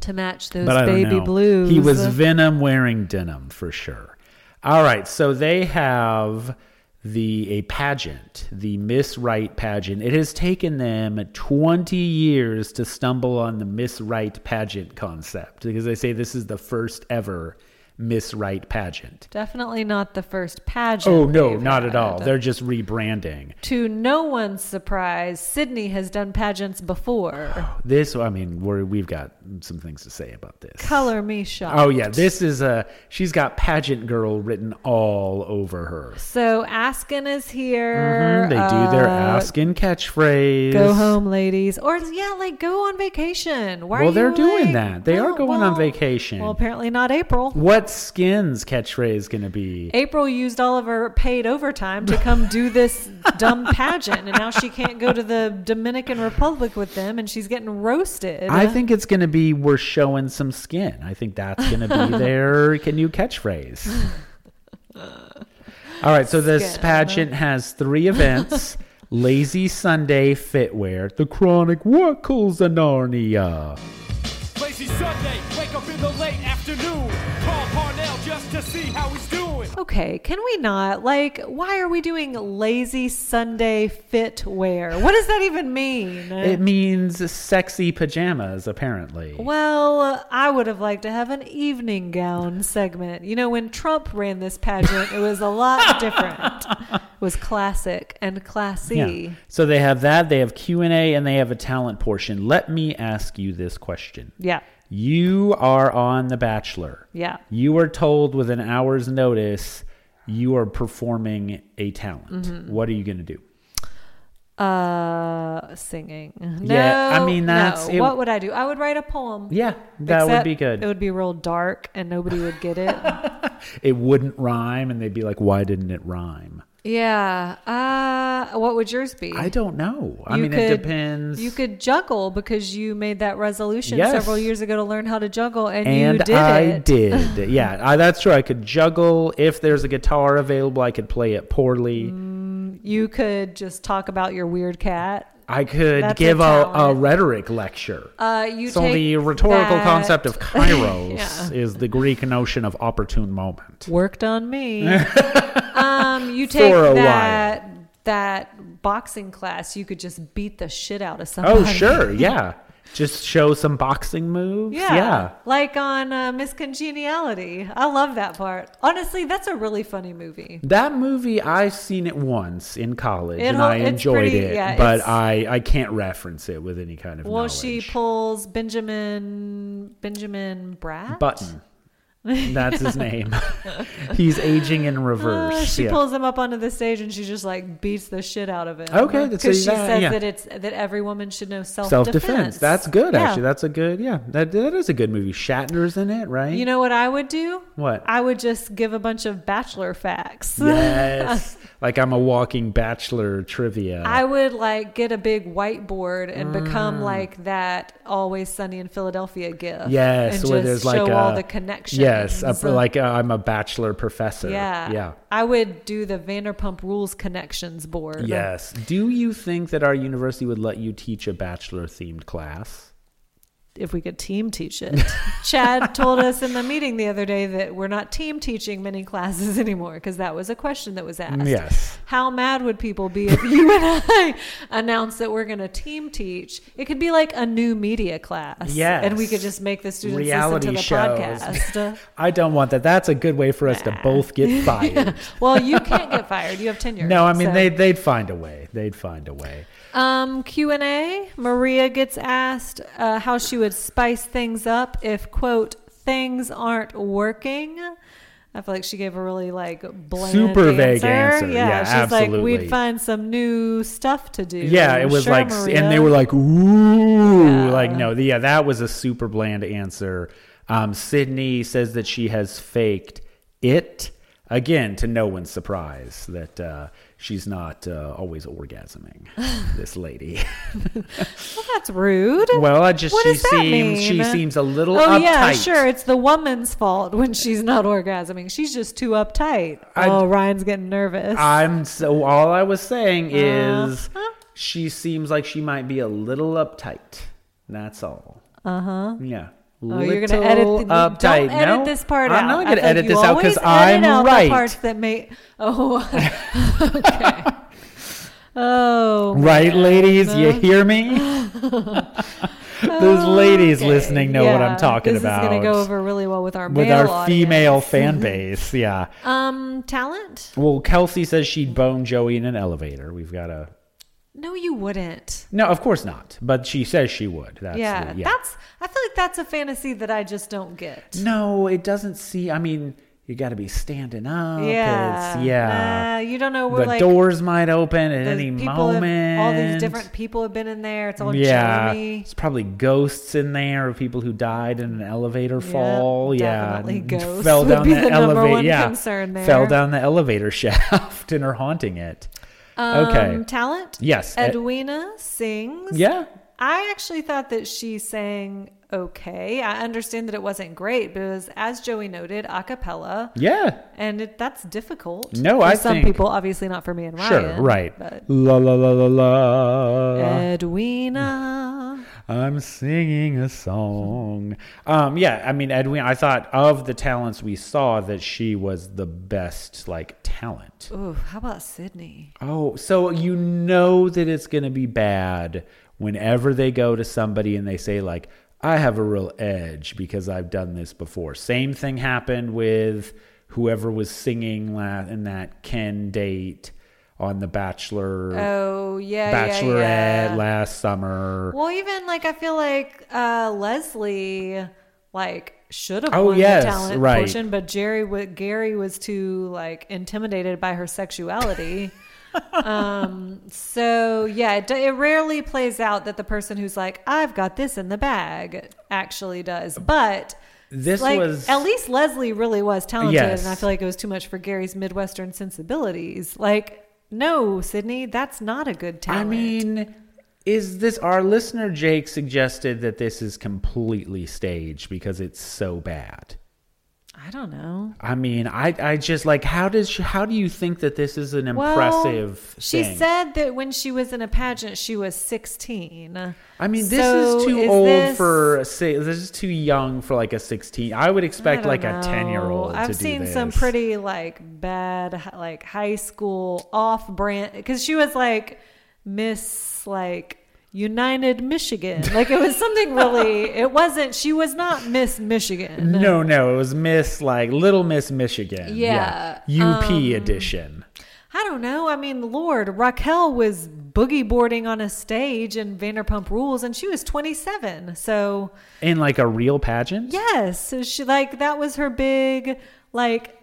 [SPEAKER 2] to match those
[SPEAKER 1] but I don't
[SPEAKER 2] baby
[SPEAKER 1] know.
[SPEAKER 2] blues. Uh,
[SPEAKER 1] He was Venom wearing denim for sure. All right, so they have the a pageant, the Miss Right pageant. It has taken them 20 years to stumble on the Miss Right pageant concept because they say this is the first ever Miss Right pageant.
[SPEAKER 2] definitely not the first pageant.
[SPEAKER 1] Oh no,
[SPEAKER 2] they've
[SPEAKER 1] not at all.
[SPEAKER 2] had.
[SPEAKER 1] They're just rebranding.
[SPEAKER 2] to no one's surprise, Sydney has done pageants before.
[SPEAKER 1] This, I mean, we're, we've got some things to say about this.
[SPEAKER 2] Color me shocked.
[SPEAKER 1] Oh yeah, this is a she's got pageant girl written all over her.
[SPEAKER 2] So Askin is
[SPEAKER 1] Mhm,
[SPEAKER 2] here.
[SPEAKER 1] They do their
[SPEAKER 2] Uh,
[SPEAKER 1] asking catchphrase.
[SPEAKER 2] Go home, ladies, or yeah, like go on vacation. Why are
[SPEAKER 1] Well, they're
[SPEAKER 2] you,
[SPEAKER 1] doing
[SPEAKER 2] like-
[SPEAKER 1] that. They are
[SPEAKER 2] Well,
[SPEAKER 1] going on
[SPEAKER 2] well-
[SPEAKER 1] vacation.
[SPEAKER 2] Well, apparently not April.
[SPEAKER 1] What skins catchphrase going to be?
[SPEAKER 2] April used all of her paid overtime to come do this dumb pageant, and now she can't go to the Dominican Republic with them, and she's getting roasted.
[SPEAKER 1] I think it's going to be we're showing some skin. I think that's going to be their ca- new catchphrase. All right, so this
[SPEAKER 2] Skin.
[SPEAKER 1] pageant has three events. Lazy Sunday Fitwear, The Chronic Workles of Narnia.
[SPEAKER 4] Lazy Sunday, wake up in the late afternoon. Call Parnell just to see how he's doing.
[SPEAKER 2] Okay, can we not? Like, why are we doing lazy Sunday fitwear? What does that even mean?
[SPEAKER 1] It means sexy pajamas, apparently.
[SPEAKER 2] well, I would have liked to have an evening gown segment. You know, when Trump ran this pageant, it was a lot different. It was classic and classy.
[SPEAKER 1] Yeah. So they have that, they have Q&A and they have a talent portion. Let me ask you this question.
[SPEAKER 2] Yeah.
[SPEAKER 1] You are on The Bachelor.
[SPEAKER 2] Yeah.
[SPEAKER 1] You are told with an hour's notice you are performing a talent.
[SPEAKER 2] Mm-hmm.
[SPEAKER 1] What are you going to do?
[SPEAKER 2] Uh, singing. No,
[SPEAKER 1] Yeah, I mean, that's-
[SPEAKER 2] no.
[SPEAKER 1] it-
[SPEAKER 2] what would I do? I would write a poem.
[SPEAKER 1] Yeah, that would
[SPEAKER 2] Except
[SPEAKER 1] be good.
[SPEAKER 2] It would be real dark and nobody would get it.
[SPEAKER 1] It wouldn't rhyme and they'd be like why didn't it rhyme?
[SPEAKER 2] yeah. Uh, what would yours be?
[SPEAKER 1] I don't know. I
[SPEAKER 2] You
[SPEAKER 1] mean it
[SPEAKER 2] could-
[SPEAKER 1] depends.
[SPEAKER 2] You could juggle because you made that resolution
[SPEAKER 1] Yes.
[SPEAKER 2] several years ago to learn how to juggle, and,
[SPEAKER 1] and
[SPEAKER 2] you did
[SPEAKER 1] I
[SPEAKER 2] it.
[SPEAKER 1] did. Yeah, I, that's true. I could juggle. If there's a guitar available, I could play it poorly.
[SPEAKER 2] Mm-hmm. You could just talk about your weird cat.
[SPEAKER 1] I could
[SPEAKER 2] That's a
[SPEAKER 1] give a, a,
[SPEAKER 2] talent.
[SPEAKER 1] rhetoric lecture.
[SPEAKER 2] Uh, you
[SPEAKER 1] so
[SPEAKER 2] take
[SPEAKER 1] the rhetorical
[SPEAKER 2] that-
[SPEAKER 1] concept of kairos
[SPEAKER 2] Yeah.
[SPEAKER 1] is the Greek notion of opportune moment.
[SPEAKER 2] worked on me. um, you take
[SPEAKER 1] For a
[SPEAKER 2] that that boxing class. You could just beat the shit out of somebody.
[SPEAKER 1] Oh, sure, yeah. Just show some boxing moves.
[SPEAKER 2] Yeah. Like on uh, Miss Congeniality. I love that part. Honestly, that's a really funny movie.
[SPEAKER 1] That movie, I've seen it once in college,
[SPEAKER 2] It
[SPEAKER 1] and
[SPEAKER 2] hol-
[SPEAKER 1] I
[SPEAKER 2] it's
[SPEAKER 1] enjoyed
[SPEAKER 2] pretty-
[SPEAKER 1] it,
[SPEAKER 2] yeah,
[SPEAKER 1] but
[SPEAKER 2] it's-
[SPEAKER 1] I, I can't reference it with any kind of
[SPEAKER 2] Well, she
[SPEAKER 1] knowledge.
[SPEAKER 2] pulls Benjamin Benjamin Bratt.
[SPEAKER 1] Button. That's his name. He's aging in reverse.
[SPEAKER 2] Uh, she
[SPEAKER 1] yeah.
[SPEAKER 2] pulls him up onto the stage and she just like beats the shit out of him.
[SPEAKER 1] Okay, that's-
[SPEAKER 2] because she
[SPEAKER 1] yeah,
[SPEAKER 2] says
[SPEAKER 1] yeah.
[SPEAKER 2] that it's that every woman should know self
[SPEAKER 1] Self defense. That's good,
[SPEAKER 2] Yeah.
[SPEAKER 1] actually. That's a good, yeah. That, that is a good movie. Shatner's in it, right?
[SPEAKER 2] You know what I would do?
[SPEAKER 1] What?
[SPEAKER 2] I would just give a bunch of bachelor facts.
[SPEAKER 1] Yes. like I'm a walking bachelor trivia.
[SPEAKER 2] I would like get a big whiteboard and
[SPEAKER 1] Mm.
[SPEAKER 2] become like that always sunny in Philadelphia gift.
[SPEAKER 1] yes,
[SPEAKER 2] and
[SPEAKER 1] where
[SPEAKER 2] just
[SPEAKER 1] there's like
[SPEAKER 2] show
[SPEAKER 1] a,
[SPEAKER 2] all the connections.
[SPEAKER 1] Yes, a, like uh, I'm a bachelor professor.
[SPEAKER 2] yeah,
[SPEAKER 1] Yeah.
[SPEAKER 2] I would do the Vanderpump Rules connections board.
[SPEAKER 1] Yes. Do you think that our university would let you teach a bachelor themed class?
[SPEAKER 2] if we could team teach it. Chad told us in the meeting the other day that we're not team teaching many classes anymore because that was a question that was asked.
[SPEAKER 1] Yes.
[SPEAKER 2] How mad would people be if you and I announced that we're going to team teach? It could be like a new media class.
[SPEAKER 1] Yes.
[SPEAKER 2] And we could just make the students
[SPEAKER 1] Reality
[SPEAKER 2] listen to the
[SPEAKER 1] shows.
[SPEAKER 2] podcast.
[SPEAKER 1] I don't want that. That's a good way for us to both get fired.
[SPEAKER 2] well, you can't get fired. You have tenure.
[SPEAKER 1] No, I mean
[SPEAKER 2] so.
[SPEAKER 1] they they'd find a way. They'd find a way.
[SPEAKER 2] Um, Q and A. Maria gets asked uh, how she would spice things up if quote things aren't working. I feel like she gave a really like bland
[SPEAKER 1] Super vague
[SPEAKER 2] answer.
[SPEAKER 1] answer. Yeah,
[SPEAKER 2] she's like,
[SPEAKER 1] absolutely.
[SPEAKER 2] we'd find some new stuff to do.
[SPEAKER 1] Yeah, it was
[SPEAKER 2] Sure,
[SPEAKER 1] like,
[SPEAKER 2] Maria.
[SPEAKER 1] and they were like, ooh,
[SPEAKER 2] Yeah.
[SPEAKER 1] like no, yeah, that was a super bland answer. Um, Sydney says that she has faked it again, to no one's surprise, that uh, she's not uh, always orgasming. this lady.
[SPEAKER 2] well, that's rude.
[SPEAKER 1] Well, I just
[SPEAKER 2] What
[SPEAKER 1] she
[SPEAKER 2] does that
[SPEAKER 1] seems she
[SPEAKER 2] mean?
[SPEAKER 1] seems a little
[SPEAKER 2] oh
[SPEAKER 1] uptight.
[SPEAKER 2] yeah, sure. It's the woman's fault when she's not orgasming. She's just too uptight.
[SPEAKER 1] I-
[SPEAKER 2] oh, Ryan's getting nervous.
[SPEAKER 1] I'm so. All I was saying
[SPEAKER 2] Uh,
[SPEAKER 1] is,
[SPEAKER 2] huh.
[SPEAKER 1] she seems like she might be a little uptight. That's all. Uh huh. Yeah.
[SPEAKER 2] Oh, you're gonna edit
[SPEAKER 1] Little
[SPEAKER 2] the, don't
[SPEAKER 1] uptight.
[SPEAKER 2] edit
[SPEAKER 1] No,
[SPEAKER 2] this part out.
[SPEAKER 1] I'm not
[SPEAKER 2] I
[SPEAKER 1] gonna
[SPEAKER 2] thought
[SPEAKER 1] edit
[SPEAKER 2] you
[SPEAKER 1] this out
[SPEAKER 2] always
[SPEAKER 1] because I'm
[SPEAKER 2] edit out the
[SPEAKER 1] right.
[SPEAKER 2] parts that make oh okay. Oh
[SPEAKER 1] Right, ladies, you hear me? Those ladies
[SPEAKER 2] okay.
[SPEAKER 1] listening know what
[SPEAKER 2] Yeah,
[SPEAKER 1] I'm talking
[SPEAKER 2] this
[SPEAKER 1] about.
[SPEAKER 2] This is going to go over really well with our
[SPEAKER 1] with
[SPEAKER 2] male
[SPEAKER 1] our
[SPEAKER 2] audience.
[SPEAKER 1] female fan base, yeah.
[SPEAKER 2] um talent.
[SPEAKER 1] Well, Kelsey says she'd bone Joey in an elevator. We've got to.
[SPEAKER 2] No, you wouldn't.
[SPEAKER 1] No, of course not. But she says she would. That's
[SPEAKER 2] yeah,
[SPEAKER 1] the- yeah.
[SPEAKER 2] that's. I feel like that's a fantasy that I just don't get.
[SPEAKER 1] No, it doesn't see. I mean, you got to be standing up.
[SPEAKER 2] yeah,
[SPEAKER 1] it's, yeah.
[SPEAKER 2] Nah, you don't know. We're
[SPEAKER 1] the
[SPEAKER 2] like
[SPEAKER 1] doors might open at
[SPEAKER 2] those
[SPEAKER 1] any
[SPEAKER 2] people have-
[SPEAKER 1] moment.
[SPEAKER 2] all these different people have been in there. It's all
[SPEAKER 1] Yeah,
[SPEAKER 2] Jeremy.
[SPEAKER 1] it's probably ghosts in there of people who died in an elevator fall. Yeah,
[SPEAKER 2] definitely ghosts
[SPEAKER 1] fell
[SPEAKER 2] would
[SPEAKER 1] down
[SPEAKER 2] be
[SPEAKER 1] the,
[SPEAKER 2] the number
[SPEAKER 1] elevator.
[SPEAKER 2] one
[SPEAKER 1] yeah,
[SPEAKER 2] concern there.
[SPEAKER 1] fell down the elevator shaft and are haunting it. okay.
[SPEAKER 2] Um, talent.
[SPEAKER 1] Yes, Ed-
[SPEAKER 2] Edwina sings.
[SPEAKER 1] yeah,
[SPEAKER 2] I actually thought that she sang okay. I understand that it wasn't great, but it was, as Joey noted, a cappella,
[SPEAKER 1] yeah.
[SPEAKER 2] and it, that's difficult.
[SPEAKER 1] No,
[SPEAKER 2] for
[SPEAKER 1] I
[SPEAKER 2] some
[SPEAKER 1] think-
[SPEAKER 2] people, obviously not for me and Ryan.
[SPEAKER 1] Sure, right. Uh,
[SPEAKER 2] But Eh,
[SPEAKER 1] La la la la la.
[SPEAKER 2] Edwina,
[SPEAKER 1] I'm singing a song. Um, yeah, I mean, Edwin, I thought of the talents we saw that she was the best, like, talent.
[SPEAKER 2] ooh, how about Sydney?
[SPEAKER 1] Oh, so you know that it's going to be bad whenever they go to somebody and they say, like, I have a real edge because I've done this before. Same thing happened with whoever was singing la- in that Ken date on The Bachelor,
[SPEAKER 2] Oh yeah,
[SPEAKER 1] Bachelorette
[SPEAKER 2] yeah, yeah.
[SPEAKER 1] last summer.
[SPEAKER 2] Well, even like I feel like uh, Leslie, like should have
[SPEAKER 1] Oh,
[SPEAKER 2] won
[SPEAKER 1] yes,
[SPEAKER 2] the talent
[SPEAKER 1] right.
[SPEAKER 2] portion, but Jerry, wa- Gary was too like intimidated by her sexuality. um. So yeah, it, it rarely plays out that the person who's like, "I've got this in the bag," actually does, but.
[SPEAKER 1] This
[SPEAKER 2] like
[SPEAKER 1] was-
[SPEAKER 2] at least Leslie really was talented,
[SPEAKER 1] Yes.
[SPEAKER 2] and I feel like it was too much for Gary's Midwestern sensibilities. Like, no, Sydney, that's not a good
[SPEAKER 1] I
[SPEAKER 2] talent.
[SPEAKER 1] mean, is this our listener Jake suggested that this is completely staged because it's so bad?
[SPEAKER 2] I don't know.
[SPEAKER 1] I mean, I I just like how does she, how do you think that this is an impressive
[SPEAKER 2] She
[SPEAKER 1] thing?
[SPEAKER 2] said that when she was in a pageant, she was 16.
[SPEAKER 1] I mean, this
[SPEAKER 2] So
[SPEAKER 1] is too old
[SPEAKER 2] this-
[SPEAKER 1] for say this is too young for like a 16. I would
[SPEAKER 2] I
[SPEAKER 1] expect
[SPEAKER 2] don't
[SPEAKER 1] like
[SPEAKER 2] know.
[SPEAKER 1] a 10-year-old
[SPEAKER 2] I've
[SPEAKER 1] to do
[SPEAKER 2] seen some
[SPEAKER 1] this.
[SPEAKER 2] pretty like bad, hi- like high school off brand because she was like Miss like United Michigan. Like it was something really. It wasn't. She was not Miss Michigan.
[SPEAKER 1] No, no, it was Miss like Little Miss Michigan.
[SPEAKER 2] Yeah, um,
[SPEAKER 1] UP edition.
[SPEAKER 2] I don't know. I mean, Lord, Raquel was boogie boarding on a stage in Vanderpump Rules, and she was 27. So
[SPEAKER 1] In like a real pageant?
[SPEAKER 2] Yes. So she like that was her big like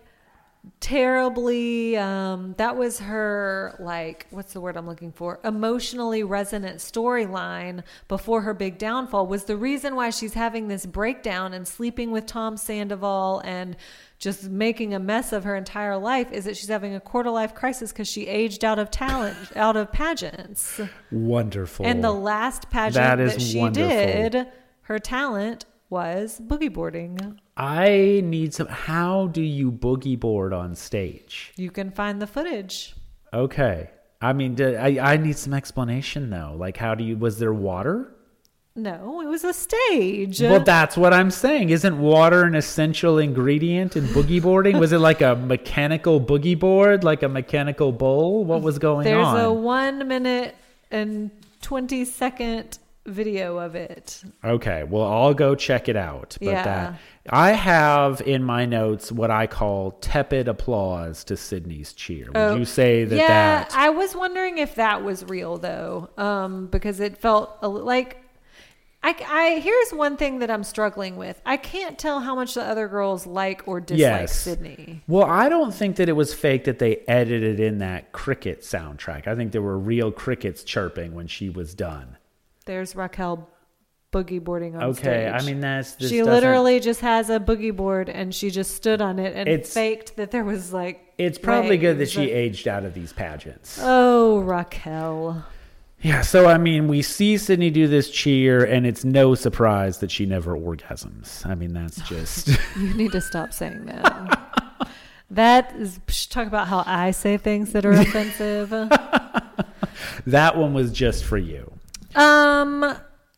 [SPEAKER 2] terribly um that was her like what's the word I'm looking for? emotionally resonant storyline before her big downfall was the reason why she's having this breakdown and sleeping with Tom Sandoval and just making a mess of her entire life is that she's having a quarter life crisis cuz she aged out of talent out of pageants.
[SPEAKER 1] Wonderful.
[SPEAKER 2] And the last pageant that,
[SPEAKER 1] Oh, That is
[SPEAKER 2] she
[SPEAKER 1] wonderful.
[SPEAKER 2] did, her talent was boogie boarding.
[SPEAKER 1] I need some. How do you boogie board on stage?
[SPEAKER 2] You can find the footage.
[SPEAKER 1] Okay. I mean, d I I I need some explanation though. Like, how do you? Was there water?
[SPEAKER 2] No, it was a stage.
[SPEAKER 1] Well, that's what I'm saying. Isn't water an essential ingredient in boogie boarding? was it like a mechanical boogie board, like a mechanical bowl? What was going
[SPEAKER 2] There's
[SPEAKER 1] on?
[SPEAKER 2] a one minute and 20 second video of it.
[SPEAKER 1] Okay, well, I'll go check it out. But
[SPEAKER 2] Yeah.
[SPEAKER 1] that I have in my notes what I call tepid applause to Sydney's cheer. Would you say that
[SPEAKER 2] Oh, yeah,
[SPEAKER 1] that?
[SPEAKER 2] I was wondering if that was real though, um, because it felt a, li- like. I, I here's one thing that I'm struggling with. I can't tell how much the other girls like or dislike
[SPEAKER 1] Yes.
[SPEAKER 2] Sydney.
[SPEAKER 1] Well, I don't think that it was fake that they edited in that cricket soundtrack. I think there were real crickets chirping when she was done.
[SPEAKER 2] There's Raquel boogie boarding on
[SPEAKER 1] Okay,
[SPEAKER 2] stage.
[SPEAKER 1] I mean that's this
[SPEAKER 2] she
[SPEAKER 1] doesn't-
[SPEAKER 2] literally just has a boogie board and she just stood on it and
[SPEAKER 1] It's-
[SPEAKER 2] faked that there was like.
[SPEAKER 1] It's probably good that
[SPEAKER 2] waves
[SPEAKER 1] she
[SPEAKER 2] of-
[SPEAKER 1] aged out of these pageants.
[SPEAKER 2] Oh, Raquel.
[SPEAKER 1] yeah, so I mean, we see Sydney do this cheer, and it's no surprise that she never orgasms. I mean, that's just
[SPEAKER 2] You need to stop saying that. that is psh, talk about how I say things that are offensive.
[SPEAKER 1] that one was just for you.
[SPEAKER 2] um.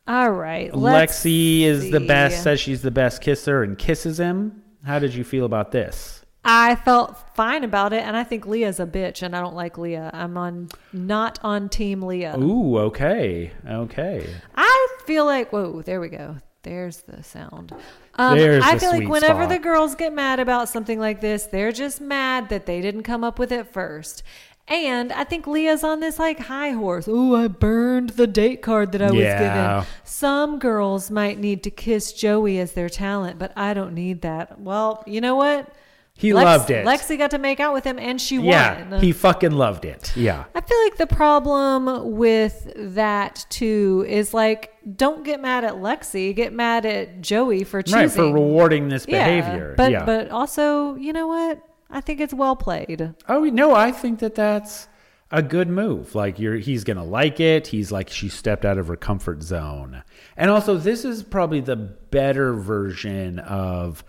[SPEAKER 2] All right, let's-
[SPEAKER 1] Lexi is the
[SPEAKER 2] see.
[SPEAKER 1] best, says she's the best kisser, and kisses him. How did you feel about this?
[SPEAKER 2] I felt fine about it, and I think Leah's a bitch, and I don't like Leah. I'm on not on team Leah.
[SPEAKER 1] Ooh, okay, okay.
[SPEAKER 2] I feel like whoa, there we go. There's the sound. Um,
[SPEAKER 1] There's
[SPEAKER 2] I
[SPEAKER 1] the
[SPEAKER 2] feel like
[SPEAKER 1] sweet
[SPEAKER 2] whenever
[SPEAKER 1] spot.
[SPEAKER 2] the girls get mad about something like this, they're just mad that they didn't come up with it first. And I think Leah's on this like high horse. Oh, I burned the date card that
[SPEAKER 1] Yeah.
[SPEAKER 2] I was given. Some girls might need to kiss Joey as their talent, but I don't need that. Well, you know what?
[SPEAKER 1] He
[SPEAKER 2] Lex-
[SPEAKER 1] loved it.
[SPEAKER 2] Lexi got to make out with him, and she
[SPEAKER 1] yeah,
[SPEAKER 2] won.
[SPEAKER 1] he fucking loved it. Yeah.
[SPEAKER 2] I feel like the problem with that too is like, don't get mad at Lexi, get mad at Joey for choosing.
[SPEAKER 1] Right, for rewarding this
[SPEAKER 2] Yeah,
[SPEAKER 1] behavior.
[SPEAKER 2] But
[SPEAKER 1] yeah.
[SPEAKER 2] but also, you know what? I think it's well played.
[SPEAKER 1] Oh no, I think that that's a good move. Like you're, he's gonna like it. He's like she stepped out of her comfort zone, and also this is probably the better version of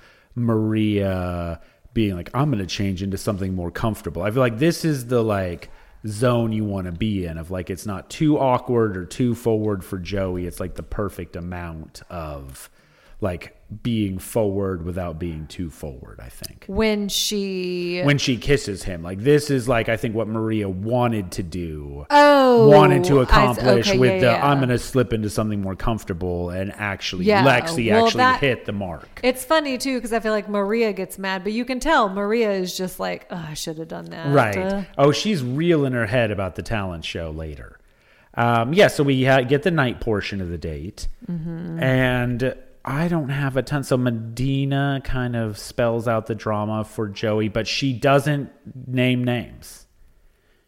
[SPEAKER 1] Maria being like, I'm gonna change into something more comfortable. I feel like this is the like zone you want to be in of like it's not too awkward or too forward for Joey. It's like the perfect amount of like being forward without being too forward. I think
[SPEAKER 2] When she
[SPEAKER 1] when she kisses him. Like this is like I think what Maria wanted to do,
[SPEAKER 2] Oh
[SPEAKER 1] wanted to
[SPEAKER 2] I s-
[SPEAKER 1] accomplish
[SPEAKER 2] okay,
[SPEAKER 1] with
[SPEAKER 2] yeah,
[SPEAKER 1] the
[SPEAKER 2] yeah.
[SPEAKER 1] I'm going to slip into something more comfortable and actually
[SPEAKER 2] Yeah,
[SPEAKER 1] Lexi
[SPEAKER 2] well,
[SPEAKER 1] actually
[SPEAKER 2] that-
[SPEAKER 1] hit the mark.
[SPEAKER 2] It's funny too because I feel like Maria gets mad, but you can tell Maria is just like, oh, I should have done that.
[SPEAKER 1] Right.
[SPEAKER 2] Uh,
[SPEAKER 1] oh, she's real in her head about the talent show later. Um, yeah, so we ha- get the night portion of the date,
[SPEAKER 2] Mm-hmm.
[SPEAKER 1] and I don't have a ton. So Medina kind of spells out the drama for Joey, but she doesn't name names.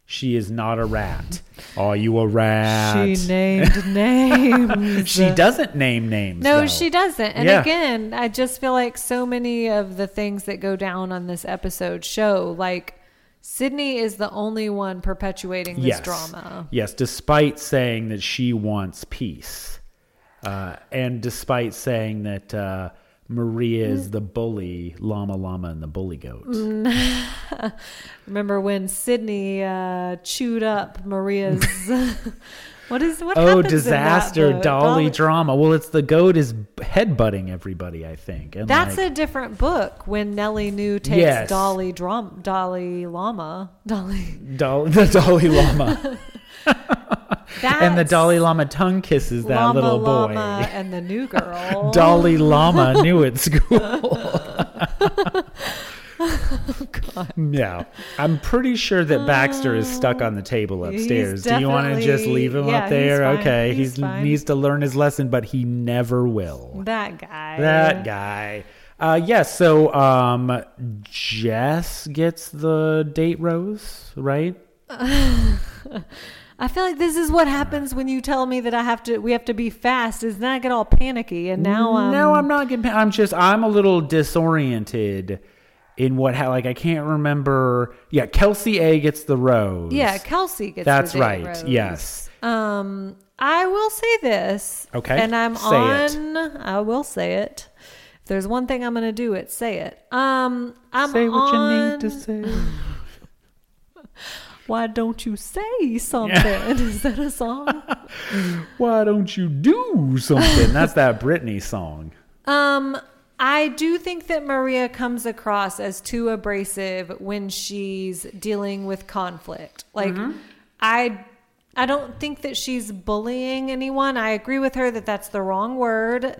[SPEAKER 1] She is not a rat. Are you a rat?
[SPEAKER 2] she named names.
[SPEAKER 1] She doesn't name names.
[SPEAKER 2] No,
[SPEAKER 1] though.
[SPEAKER 2] she doesn't. And
[SPEAKER 1] Yeah.
[SPEAKER 2] again, I just feel like so many of the things that go down on this episode show like Sydney is the only one perpetuating this
[SPEAKER 1] Yes.
[SPEAKER 2] drama.
[SPEAKER 1] Yes, despite saying that she wants peace, uh, and despite saying that uh, Maria
[SPEAKER 2] Mm.
[SPEAKER 1] is the bully, Llama Llama, and the bully goat.
[SPEAKER 2] Remember when Sydney uh, chewed up Maria's What is what
[SPEAKER 1] Oh,
[SPEAKER 2] happens in that
[SPEAKER 1] disaster,
[SPEAKER 2] book?
[SPEAKER 1] Dolly drama. Well, it's the goat is headbutting everybody, I think. And
[SPEAKER 2] That's
[SPEAKER 1] like,
[SPEAKER 2] a different book when Nellie New takes
[SPEAKER 1] Yes.
[SPEAKER 2] Dolly Drum Dolly Llama. Dolly
[SPEAKER 1] Dol- the Dalai Lama.
[SPEAKER 2] That's
[SPEAKER 1] and the Dalai Lama tongue kisses that
[SPEAKER 2] Llama
[SPEAKER 1] little boy.
[SPEAKER 2] Llama and the new girl.
[SPEAKER 1] Dalai Lama knew at school.
[SPEAKER 2] Oh,
[SPEAKER 1] Yeah, I'm pretty sure that Baxter is stuck on the table
[SPEAKER 2] He's
[SPEAKER 1] upstairs. Do you want to just
[SPEAKER 2] definitely-
[SPEAKER 1] leave him
[SPEAKER 2] yeah,
[SPEAKER 1] up
[SPEAKER 2] he's
[SPEAKER 1] there?
[SPEAKER 2] fine.
[SPEAKER 1] Okay,
[SPEAKER 2] He's
[SPEAKER 1] he
[SPEAKER 2] fine.
[SPEAKER 1] needs to learn his lesson, but he never will.
[SPEAKER 2] that guy.
[SPEAKER 1] That guy. Uh, yes. so um, Jess gets the date rose, right?
[SPEAKER 2] I feel like this is what happens when you tell me that I have to. We have to be fast. Is then I get all panicky, and now I'm.
[SPEAKER 1] no, I'm not getting. I'm just. I'm a little disoriented in what. How, like I can't remember. Yeah, Kelsey A gets the rose.
[SPEAKER 2] Yeah, Kelsey gets. the
[SPEAKER 1] that's
[SPEAKER 2] date
[SPEAKER 1] right.
[SPEAKER 2] rose.
[SPEAKER 1] Yes.
[SPEAKER 2] Um, I will say this.
[SPEAKER 1] Okay,
[SPEAKER 2] And I'm
[SPEAKER 1] say it.
[SPEAKER 2] on. I will say it. If there's one thing I'm going to do, it say it. Um, I'm
[SPEAKER 1] Say what you
[SPEAKER 2] on-
[SPEAKER 1] need to say.
[SPEAKER 2] Why don't you say something? Is that a song?
[SPEAKER 1] Why don't you do something? That's that Britney song.
[SPEAKER 2] Um, I do think that Maria comes across as too abrasive when she's dealing with conflict. Like, I. I don't think that she's bullying anyone. I agree with her that that's the wrong word.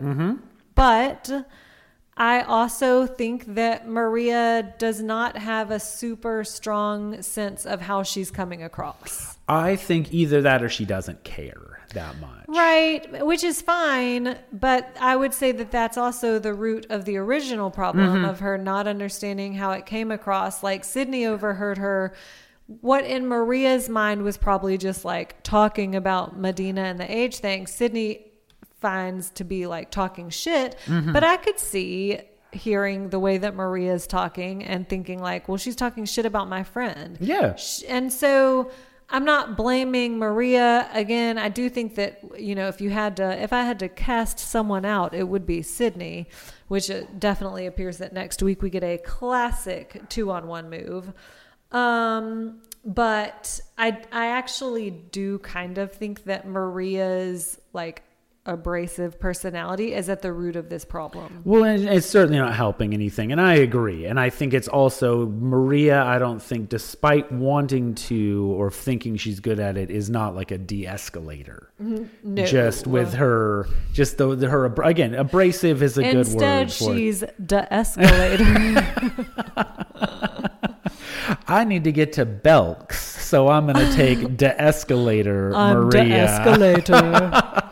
[SPEAKER 2] But I also think that Maria does not have a super strong sense of how she's coming across.
[SPEAKER 1] I think either that or she doesn't care. that much.
[SPEAKER 2] Right, which is fine, but I would say that that's also the root of the original problem
[SPEAKER 1] Mm-hmm.
[SPEAKER 2] of her not understanding how it came across. Like Sydney overheard her what in Maria's mind was probably just like talking about Medina and the age thing. Sydney finds to be like talking shit,
[SPEAKER 1] Mm-hmm.
[SPEAKER 2] but I could see hearing the way that Maria's talking and thinking like, well, she's talking shit about my friend.
[SPEAKER 1] Yeah.
[SPEAKER 2] Sh- and so I'm not blaming Maria again. I do think that you know if you had to if I had to cast someone out, it would be Sydney, which it definitely appears that next week we get a classic two on one move. Um, but I I actually do kind of think that Maria's like abrasive personality is at the root of this problem.
[SPEAKER 1] Well, and it's certainly not helping anything, and I agree. And I think it's also Maria. I don't think, despite wanting to or thinking she's good at it, is not like a de-escalator.
[SPEAKER 2] Mm-hmm. No.
[SPEAKER 1] Just with her, just the, the her abr- again, abrasive is a good
[SPEAKER 2] Instead,
[SPEAKER 1] word for it.
[SPEAKER 2] she's de-escalator.
[SPEAKER 1] I need to get to Belks, so I'm going to take de-escalator
[SPEAKER 2] I'm
[SPEAKER 1] Maria.
[SPEAKER 2] de-escalator.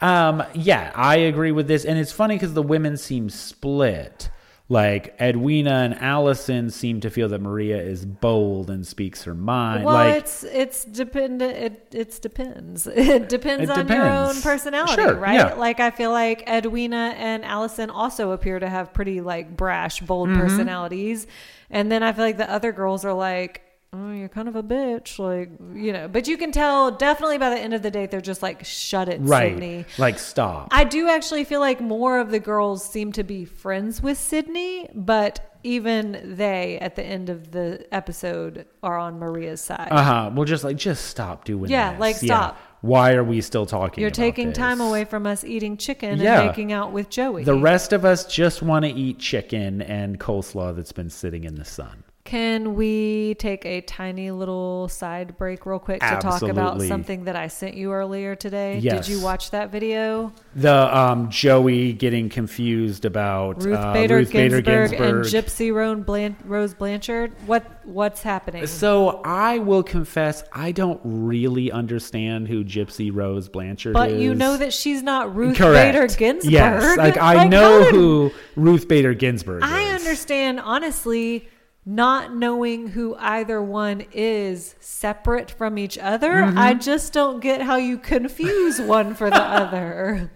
[SPEAKER 1] Um, yeah, I agree with this, and it's funny because the women seem split. Like Edwina and Allison seem to feel that Maria is bold and speaks her mind.
[SPEAKER 2] Well,
[SPEAKER 1] like
[SPEAKER 2] it's it's dependent. It it's depends. It depends
[SPEAKER 1] It
[SPEAKER 2] on your own
[SPEAKER 1] depends.
[SPEAKER 2] personality,
[SPEAKER 1] Sure,
[SPEAKER 2] right?
[SPEAKER 1] yeah.
[SPEAKER 2] Like I feel like Edwina and Allison also appear to have pretty like brash, bold
[SPEAKER 1] Mm-hmm.
[SPEAKER 2] personalities, and then I feel like the other girls are like. Oh, you're kind of a bitch, like you know. But you can tell definitely by the end of the day, they're just like, "Shut it,
[SPEAKER 1] right,
[SPEAKER 2] Sydney."
[SPEAKER 1] like stop.
[SPEAKER 2] I do actually feel like more of the girls seem to be friends with Sydney, but even they at the end of the episode are on Maria's side.
[SPEAKER 1] Uh huh. Well, just like just stop doing.
[SPEAKER 2] Yeah,
[SPEAKER 1] this.
[SPEAKER 2] like, stop.
[SPEAKER 1] Why are we still talking?
[SPEAKER 2] You're
[SPEAKER 1] about
[SPEAKER 2] taking
[SPEAKER 1] this?
[SPEAKER 2] time away from us eating chicken
[SPEAKER 1] Yeah.
[SPEAKER 2] and making out with Joey.
[SPEAKER 1] The rest of us just want to eat chicken and coleslaw that's been sitting in the sun.
[SPEAKER 2] Can we take a tiny little side break real quick to talk about
[SPEAKER 1] Absolutely.
[SPEAKER 2] something that I sent you earlier today?
[SPEAKER 1] Yes.
[SPEAKER 2] Did you watch that video?
[SPEAKER 1] The um, Joey getting confused about
[SPEAKER 2] Ruth,
[SPEAKER 1] uh,
[SPEAKER 2] Bader,
[SPEAKER 1] Ruth Bader
[SPEAKER 2] Ginsburg and
[SPEAKER 1] Ginsburg.
[SPEAKER 2] Gypsy Ro- Blan- Rose Blanchard. What what's happening?
[SPEAKER 1] So I will confess, I don't really understand who Gypsy Rose Blanchard
[SPEAKER 2] but
[SPEAKER 1] is.
[SPEAKER 2] you know that she's not Ruth Bader
[SPEAKER 1] correct.
[SPEAKER 2] Ginsburg.
[SPEAKER 1] Yes, like I
[SPEAKER 2] Like,
[SPEAKER 1] know
[SPEAKER 2] how did-
[SPEAKER 1] who Ruth Bader Ginsburg is.
[SPEAKER 2] I understand, honestly, not knowing who either one is separate from each other.
[SPEAKER 1] Mm-hmm.
[SPEAKER 2] I just don't get how you confuse one for the other.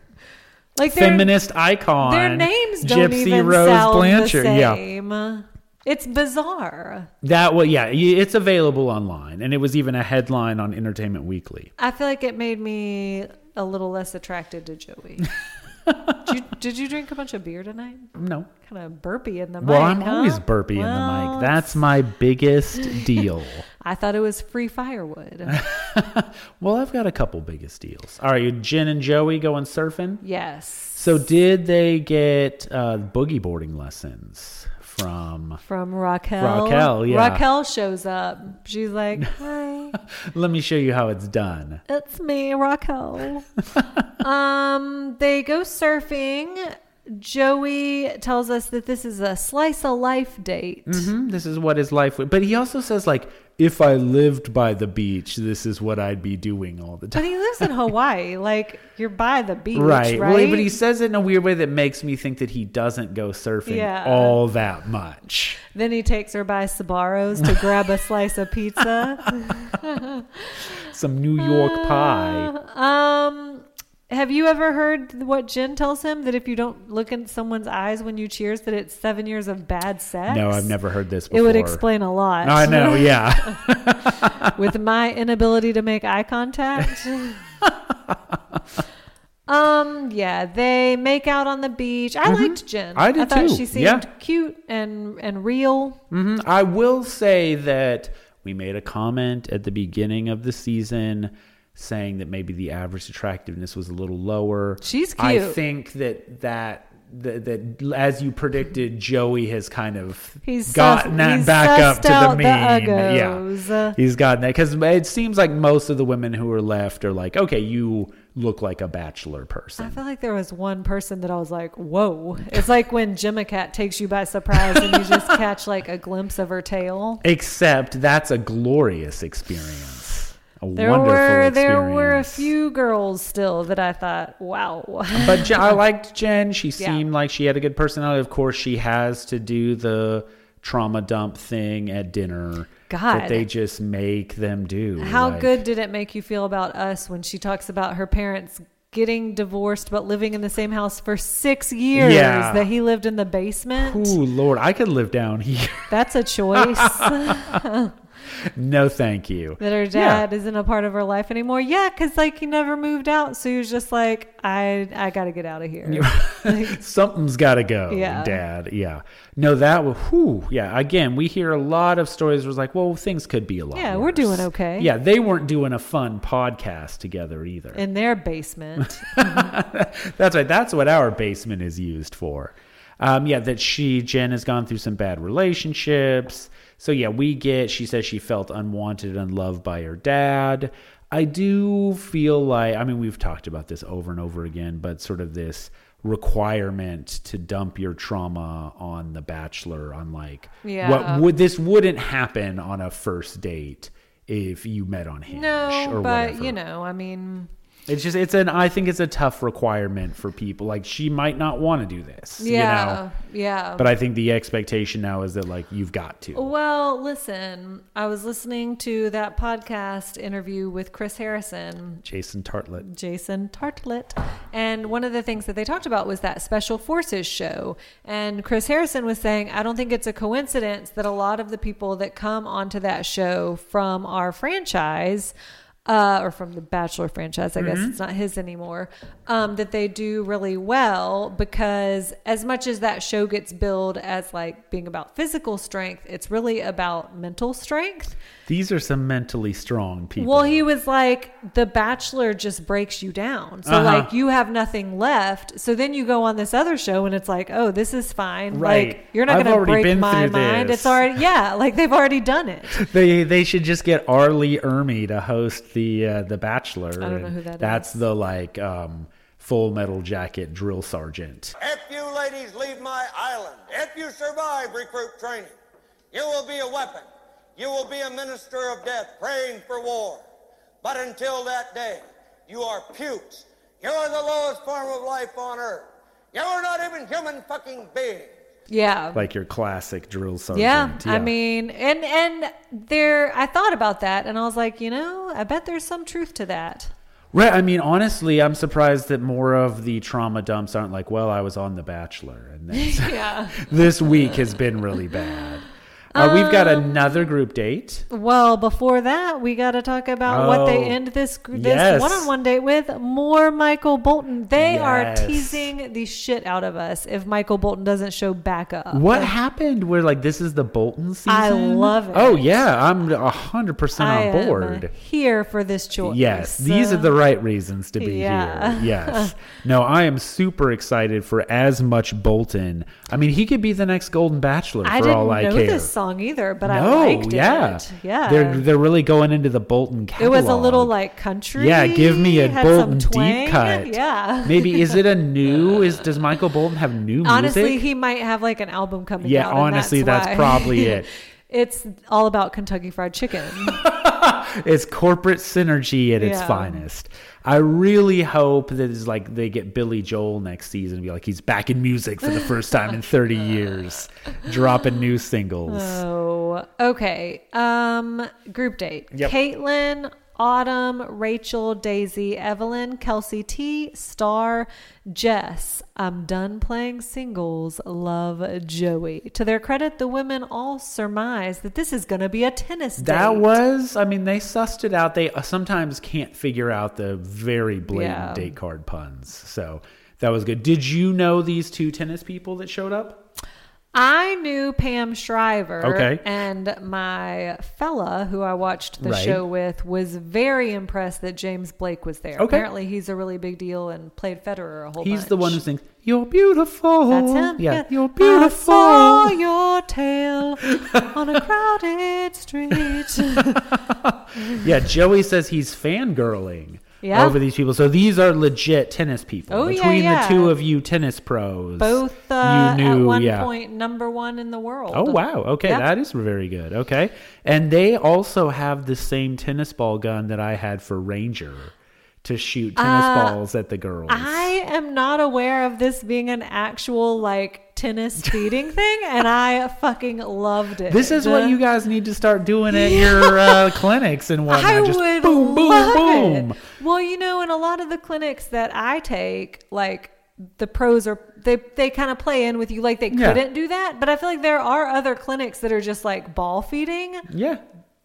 [SPEAKER 2] Like their,
[SPEAKER 1] Feminist icon.
[SPEAKER 2] their names don't
[SPEAKER 1] Gypsy
[SPEAKER 2] even
[SPEAKER 1] Rose
[SPEAKER 2] sound
[SPEAKER 1] Blanchard.
[SPEAKER 2] the
[SPEAKER 1] Yeah,
[SPEAKER 2] same. It's bizarre.
[SPEAKER 1] that well, yeah, y- it's available online, and it was even a headline on Entertainment Weekly.
[SPEAKER 2] I feel like it made me a little less attracted to Joey. did, you, did you drink a bunch of beer tonight?
[SPEAKER 1] No.
[SPEAKER 2] Kind of burpy in the mic.
[SPEAKER 1] Well, I'm
[SPEAKER 2] huh?
[SPEAKER 1] always burpy in the
[SPEAKER 2] Well,
[SPEAKER 1] mic. That's my biggest deal.
[SPEAKER 2] I thought it was free firewood.
[SPEAKER 1] well, I've got a couple biggest deals. All right, Jen and Joey going surfing.
[SPEAKER 2] yes.
[SPEAKER 1] So did they get uh, boogie boarding lessons from?
[SPEAKER 2] from Raquel.
[SPEAKER 1] Raquel, yeah.
[SPEAKER 2] Raquel shows up. She's like, "Hi,
[SPEAKER 1] Let me show you how it's done.
[SPEAKER 2] it's me, Raquel." um, they go surfing. Joey tells us that this is a slice of life date.
[SPEAKER 1] Hmm, This is what his life would. But he also says like, if I lived by the beach, this is what I'd be doing all the
[SPEAKER 2] But
[SPEAKER 1] time.
[SPEAKER 2] he lives in Hawaii. Like you're by the beach,
[SPEAKER 1] Right.
[SPEAKER 2] right?
[SPEAKER 1] Well, but he says it in a weird way that makes me think that he doesn't go surfing
[SPEAKER 2] Yeah.
[SPEAKER 1] all that much.
[SPEAKER 2] then he takes her by Sabaros to grab a slice of pizza.
[SPEAKER 1] Some New York
[SPEAKER 2] Uh,
[SPEAKER 1] pie.
[SPEAKER 2] Um, have you ever heard what Jen tells him that if you don't look in someone's eyes when you cheers, that it's seven years of bad sex?
[SPEAKER 1] No, I've never heard this before.
[SPEAKER 2] It would explain a lot.
[SPEAKER 1] I know, yeah.
[SPEAKER 2] With my inability to make eye contact. um. Yeah, they make out on the beach. I liked Jen.
[SPEAKER 1] Mm-hmm. I did
[SPEAKER 2] thought
[SPEAKER 1] too.
[SPEAKER 2] she seemed
[SPEAKER 1] Yeah.
[SPEAKER 2] cute and and real.
[SPEAKER 1] Mhm. I will say that we made a comment at the beginning of the season saying that maybe the average attractiveness was a little lower.
[SPEAKER 2] She's
[SPEAKER 1] I
[SPEAKER 2] cute.
[SPEAKER 1] think that that. That, that as you predicted, Joey has kind of
[SPEAKER 2] He's
[SPEAKER 1] gotten
[SPEAKER 2] sussed-
[SPEAKER 1] that
[SPEAKER 2] he's
[SPEAKER 1] back up
[SPEAKER 2] sussed
[SPEAKER 1] to the
[SPEAKER 2] out the
[SPEAKER 1] mean. yeah,
[SPEAKER 2] uggos.
[SPEAKER 1] he's gotten that because it seems like most of the women who are left are like, okay, you look like a bachelor
[SPEAKER 2] I
[SPEAKER 1] person.
[SPEAKER 2] feel like there was one person that I was like, "Whoa!" It's like when Gemma Cat takes you by surprise and you just catch like a glimpse of her tail.
[SPEAKER 1] Except that's a glorious experience. a
[SPEAKER 2] There
[SPEAKER 1] wonderful
[SPEAKER 2] were
[SPEAKER 1] experience.
[SPEAKER 2] there were a few girls still that I thought, wow.
[SPEAKER 1] but Je- I liked Jen. She
[SPEAKER 2] Yeah.
[SPEAKER 1] seemed like she had a good personality. Of course, she has to do the trauma dump thing at dinner
[SPEAKER 2] God.
[SPEAKER 1] that they just make them do.
[SPEAKER 2] How
[SPEAKER 1] Like,
[SPEAKER 2] good did it make you feel about us when she talks about her parents getting divorced but living in the same house for six years
[SPEAKER 1] Yeah.
[SPEAKER 2] that he lived in the basement?
[SPEAKER 1] Ooh, Lord, I could live down here.
[SPEAKER 2] That's a choice that
[SPEAKER 1] no, thank you.
[SPEAKER 2] her
[SPEAKER 1] Yeah.
[SPEAKER 2] dad isn't a part of her life anymore. Yeah, because like he never moved out, so he was just like, I I gotta get out of here.
[SPEAKER 1] Something's got to go,
[SPEAKER 2] Yeah.
[SPEAKER 1] Dad. Yeah. No, that was, whew, yeah. Again, we hear a lot of stories where it's like, well, things could be a lot
[SPEAKER 2] Yeah,
[SPEAKER 1] worse.
[SPEAKER 2] we're doing okay.
[SPEAKER 1] Yeah, they weren't doing a fun podcast together either.
[SPEAKER 2] in their basement.
[SPEAKER 1] That's right. That's what our basement is used for. Um, yeah, that she, Jen, has gone through some bad relationships. So, yeah, we get, she says she felt unwanted and loved by her dad. I do feel like, I mean, we've talked about this over and over again, but sort of this requirement to dump your trauma on The Bachelor, on like,
[SPEAKER 2] Yeah.
[SPEAKER 1] what would this wouldn't happen on a first date if you met on Hinge
[SPEAKER 2] no,
[SPEAKER 1] or
[SPEAKER 2] but
[SPEAKER 1] whatever.
[SPEAKER 2] you know, I mean
[SPEAKER 1] It's just it's an I think it's a tough requirement for people. Like she might not want to do this. You
[SPEAKER 2] Yeah.
[SPEAKER 1] know?
[SPEAKER 2] Yeah.
[SPEAKER 1] But I think the expectation now is that like you've got to.
[SPEAKER 2] Well, listen, I was listening to that podcast interview with Chris Harrison,
[SPEAKER 1] Jason Tartlet.
[SPEAKER 2] Jason Tartlet, and one of the things that they talked about was that Special Forces show. And Chris Harrison was saying, I don't think it's a coincidence that a lot of the people that come onto that show from our franchise. Uh, or from the Bachelor franchise, I guess it's not his anymore. Um, that they do really well because as much as that show gets billed as like being about physical strength, it's really about mental strength.
[SPEAKER 1] These are some mentally strong people.
[SPEAKER 2] Well, he was like, The Bachelor just breaks you down. So,
[SPEAKER 1] Uh-huh.
[SPEAKER 2] like, you have nothing left. So then you go on this other show and it's like, Oh, this is fine.
[SPEAKER 1] Right.
[SPEAKER 2] Like, you're not
[SPEAKER 1] I've
[SPEAKER 2] going to
[SPEAKER 1] already
[SPEAKER 2] break
[SPEAKER 1] been
[SPEAKER 2] my
[SPEAKER 1] through
[SPEAKER 2] mind.
[SPEAKER 1] this.
[SPEAKER 2] It's already, yeah, like they've already done it.
[SPEAKER 1] they they should just get Arlie Ermy to host the uh, the Bachelor. I
[SPEAKER 2] don't know who that
[SPEAKER 1] that's
[SPEAKER 2] is.
[SPEAKER 1] the like um, full metal jacket drill sergeant.
[SPEAKER 5] If you ladies leave my island, if you survive recruit training, you will be a weapon. You will be a minister of death praying for war. But until that day, you are pukes. You are the lowest form of life on earth. You are not even human fucking beings.
[SPEAKER 2] Yeah.
[SPEAKER 1] Like your classic drill sergeant.
[SPEAKER 2] yeah, I mean, and and there, I thought about that, and I was like, you know, I bet there's some truth to that.
[SPEAKER 1] Right. I mean, honestly, I'm surprised that more of the trauma dumps aren't like, well, I was on The Bachelor, and that's,
[SPEAKER 2] Yeah.
[SPEAKER 1] this week has been really bad. Uh, we've got
[SPEAKER 2] Um,
[SPEAKER 1] another group date.
[SPEAKER 2] Well, before that, we got to talk about what
[SPEAKER 1] Oh,
[SPEAKER 2] they end this this
[SPEAKER 1] yes.
[SPEAKER 2] one on one date with. More Michael Bolton. They
[SPEAKER 1] Yes.
[SPEAKER 2] are teasing the shit out of us if Michael Bolton doesn't show back up.
[SPEAKER 1] What happened? We're like, this is the Bolton season.
[SPEAKER 2] I love it.
[SPEAKER 1] Oh yeah, I'm hundred percent
[SPEAKER 2] I
[SPEAKER 1] on
[SPEAKER 2] am
[SPEAKER 1] board.
[SPEAKER 2] here for this choice.
[SPEAKER 1] Yes, these are the right reasons to be
[SPEAKER 2] Yeah.
[SPEAKER 1] here. Yes. No, I am super excited for as much Bolton. I mean, he could be the next Golden Bachelor for
[SPEAKER 2] I didn't
[SPEAKER 1] all I
[SPEAKER 2] know
[SPEAKER 1] care.
[SPEAKER 2] this song either, but I
[SPEAKER 1] no,
[SPEAKER 2] liked
[SPEAKER 1] yeah.
[SPEAKER 2] it. Yeah,
[SPEAKER 1] They're they're really going into the Bolton
[SPEAKER 2] it
[SPEAKER 1] catalog.
[SPEAKER 2] was a little like country.
[SPEAKER 1] Yeah, give me a
[SPEAKER 2] had some
[SPEAKER 1] Bolton deep
[SPEAKER 2] twang.
[SPEAKER 1] cut.
[SPEAKER 2] Yeah.
[SPEAKER 1] Maybe is it a new is does Michael Bolton have new
[SPEAKER 2] Honestly,
[SPEAKER 1] music?
[SPEAKER 2] he might have like an album coming
[SPEAKER 1] Yeah,
[SPEAKER 2] out. and
[SPEAKER 1] honestly, that's
[SPEAKER 2] why.
[SPEAKER 1] probably it.
[SPEAKER 2] it's all about Kentucky Fried Chicken.
[SPEAKER 1] it's corporate synergy at its
[SPEAKER 2] Yeah.
[SPEAKER 1] finest. I really hope that it's like they get Billy Joel next season and be like he's back in music for the first time in 30 years, dropping new singles.
[SPEAKER 2] oh, okay. Um, group date:
[SPEAKER 1] Yep.
[SPEAKER 2] Caitlin, Autumn, Rachel, Daisy, Evelyn, Kelsey T, Star, Jess. I'm done playing singles. Love Joey. To their credit, the women all surmise that this is going to be a tennis date.
[SPEAKER 1] that was, I mean, they sussed it out. They uh, sometimes can't figure out the very blatant
[SPEAKER 2] Yeah.
[SPEAKER 1] date card puns. So that was good. Did you know these two tennis people that showed up?
[SPEAKER 2] I knew Pam Shriver.
[SPEAKER 1] Okay.
[SPEAKER 2] And my fella who I watched the
[SPEAKER 1] Right.
[SPEAKER 2] show with was very impressed that James Blake was there.
[SPEAKER 1] Okay.
[SPEAKER 2] Apparently, he's a really big deal and played Federer a whole
[SPEAKER 1] He's
[SPEAKER 2] bunch.
[SPEAKER 1] the one who sings, You're beautiful.
[SPEAKER 2] That's him.
[SPEAKER 1] Yeah, you're
[SPEAKER 2] I saw
[SPEAKER 1] beautiful.
[SPEAKER 2] your tail on a crowded street.
[SPEAKER 1] Yeah, Joey says he's fangirling.
[SPEAKER 2] Yeah.
[SPEAKER 1] over these people. So these are legit tennis people.
[SPEAKER 2] Oh, yeah,
[SPEAKER 1] Between
[SPEAKER 2] yeah.
[SPEAKER 1] the two of you, tennis pros,
[SPEAKER 2] Both uh, at one point number one in the world.
[SPEAKER 1] Oh wow! Okay,
[SPEAKER 2] Yeah.
[SPEAKER 1] that is very good. Okay, and they also have the same tennis ball gun that I had for Ranger to shoot tennis balls at the girls.
[SPEAKER 2] Uh, I am not aware of this being an actual like tennis feeding thing, and I fucking loved it.
[SPEAKER 1] This is what you guys need to start doing at your uh, clinics and whatnot.
[SPEAKER 2] I
[SPEAKER 1] Just
[SPEAKER 2] would
[SPEAKER 1] boom, boom,
[SPEAKER 2] love
[SPEAKER 1] boom.
[SPEAKER 2] It. Well, you know, in a lot of the clinics that I take, like the pros are they they kind of play in with you, like they
[SPEAKER 1] Yeah.
[SPEAKER 2] couldn't do that. But I feel like there are other clinics that are just like ball feeding.
[SPEAKER 1] Yeah,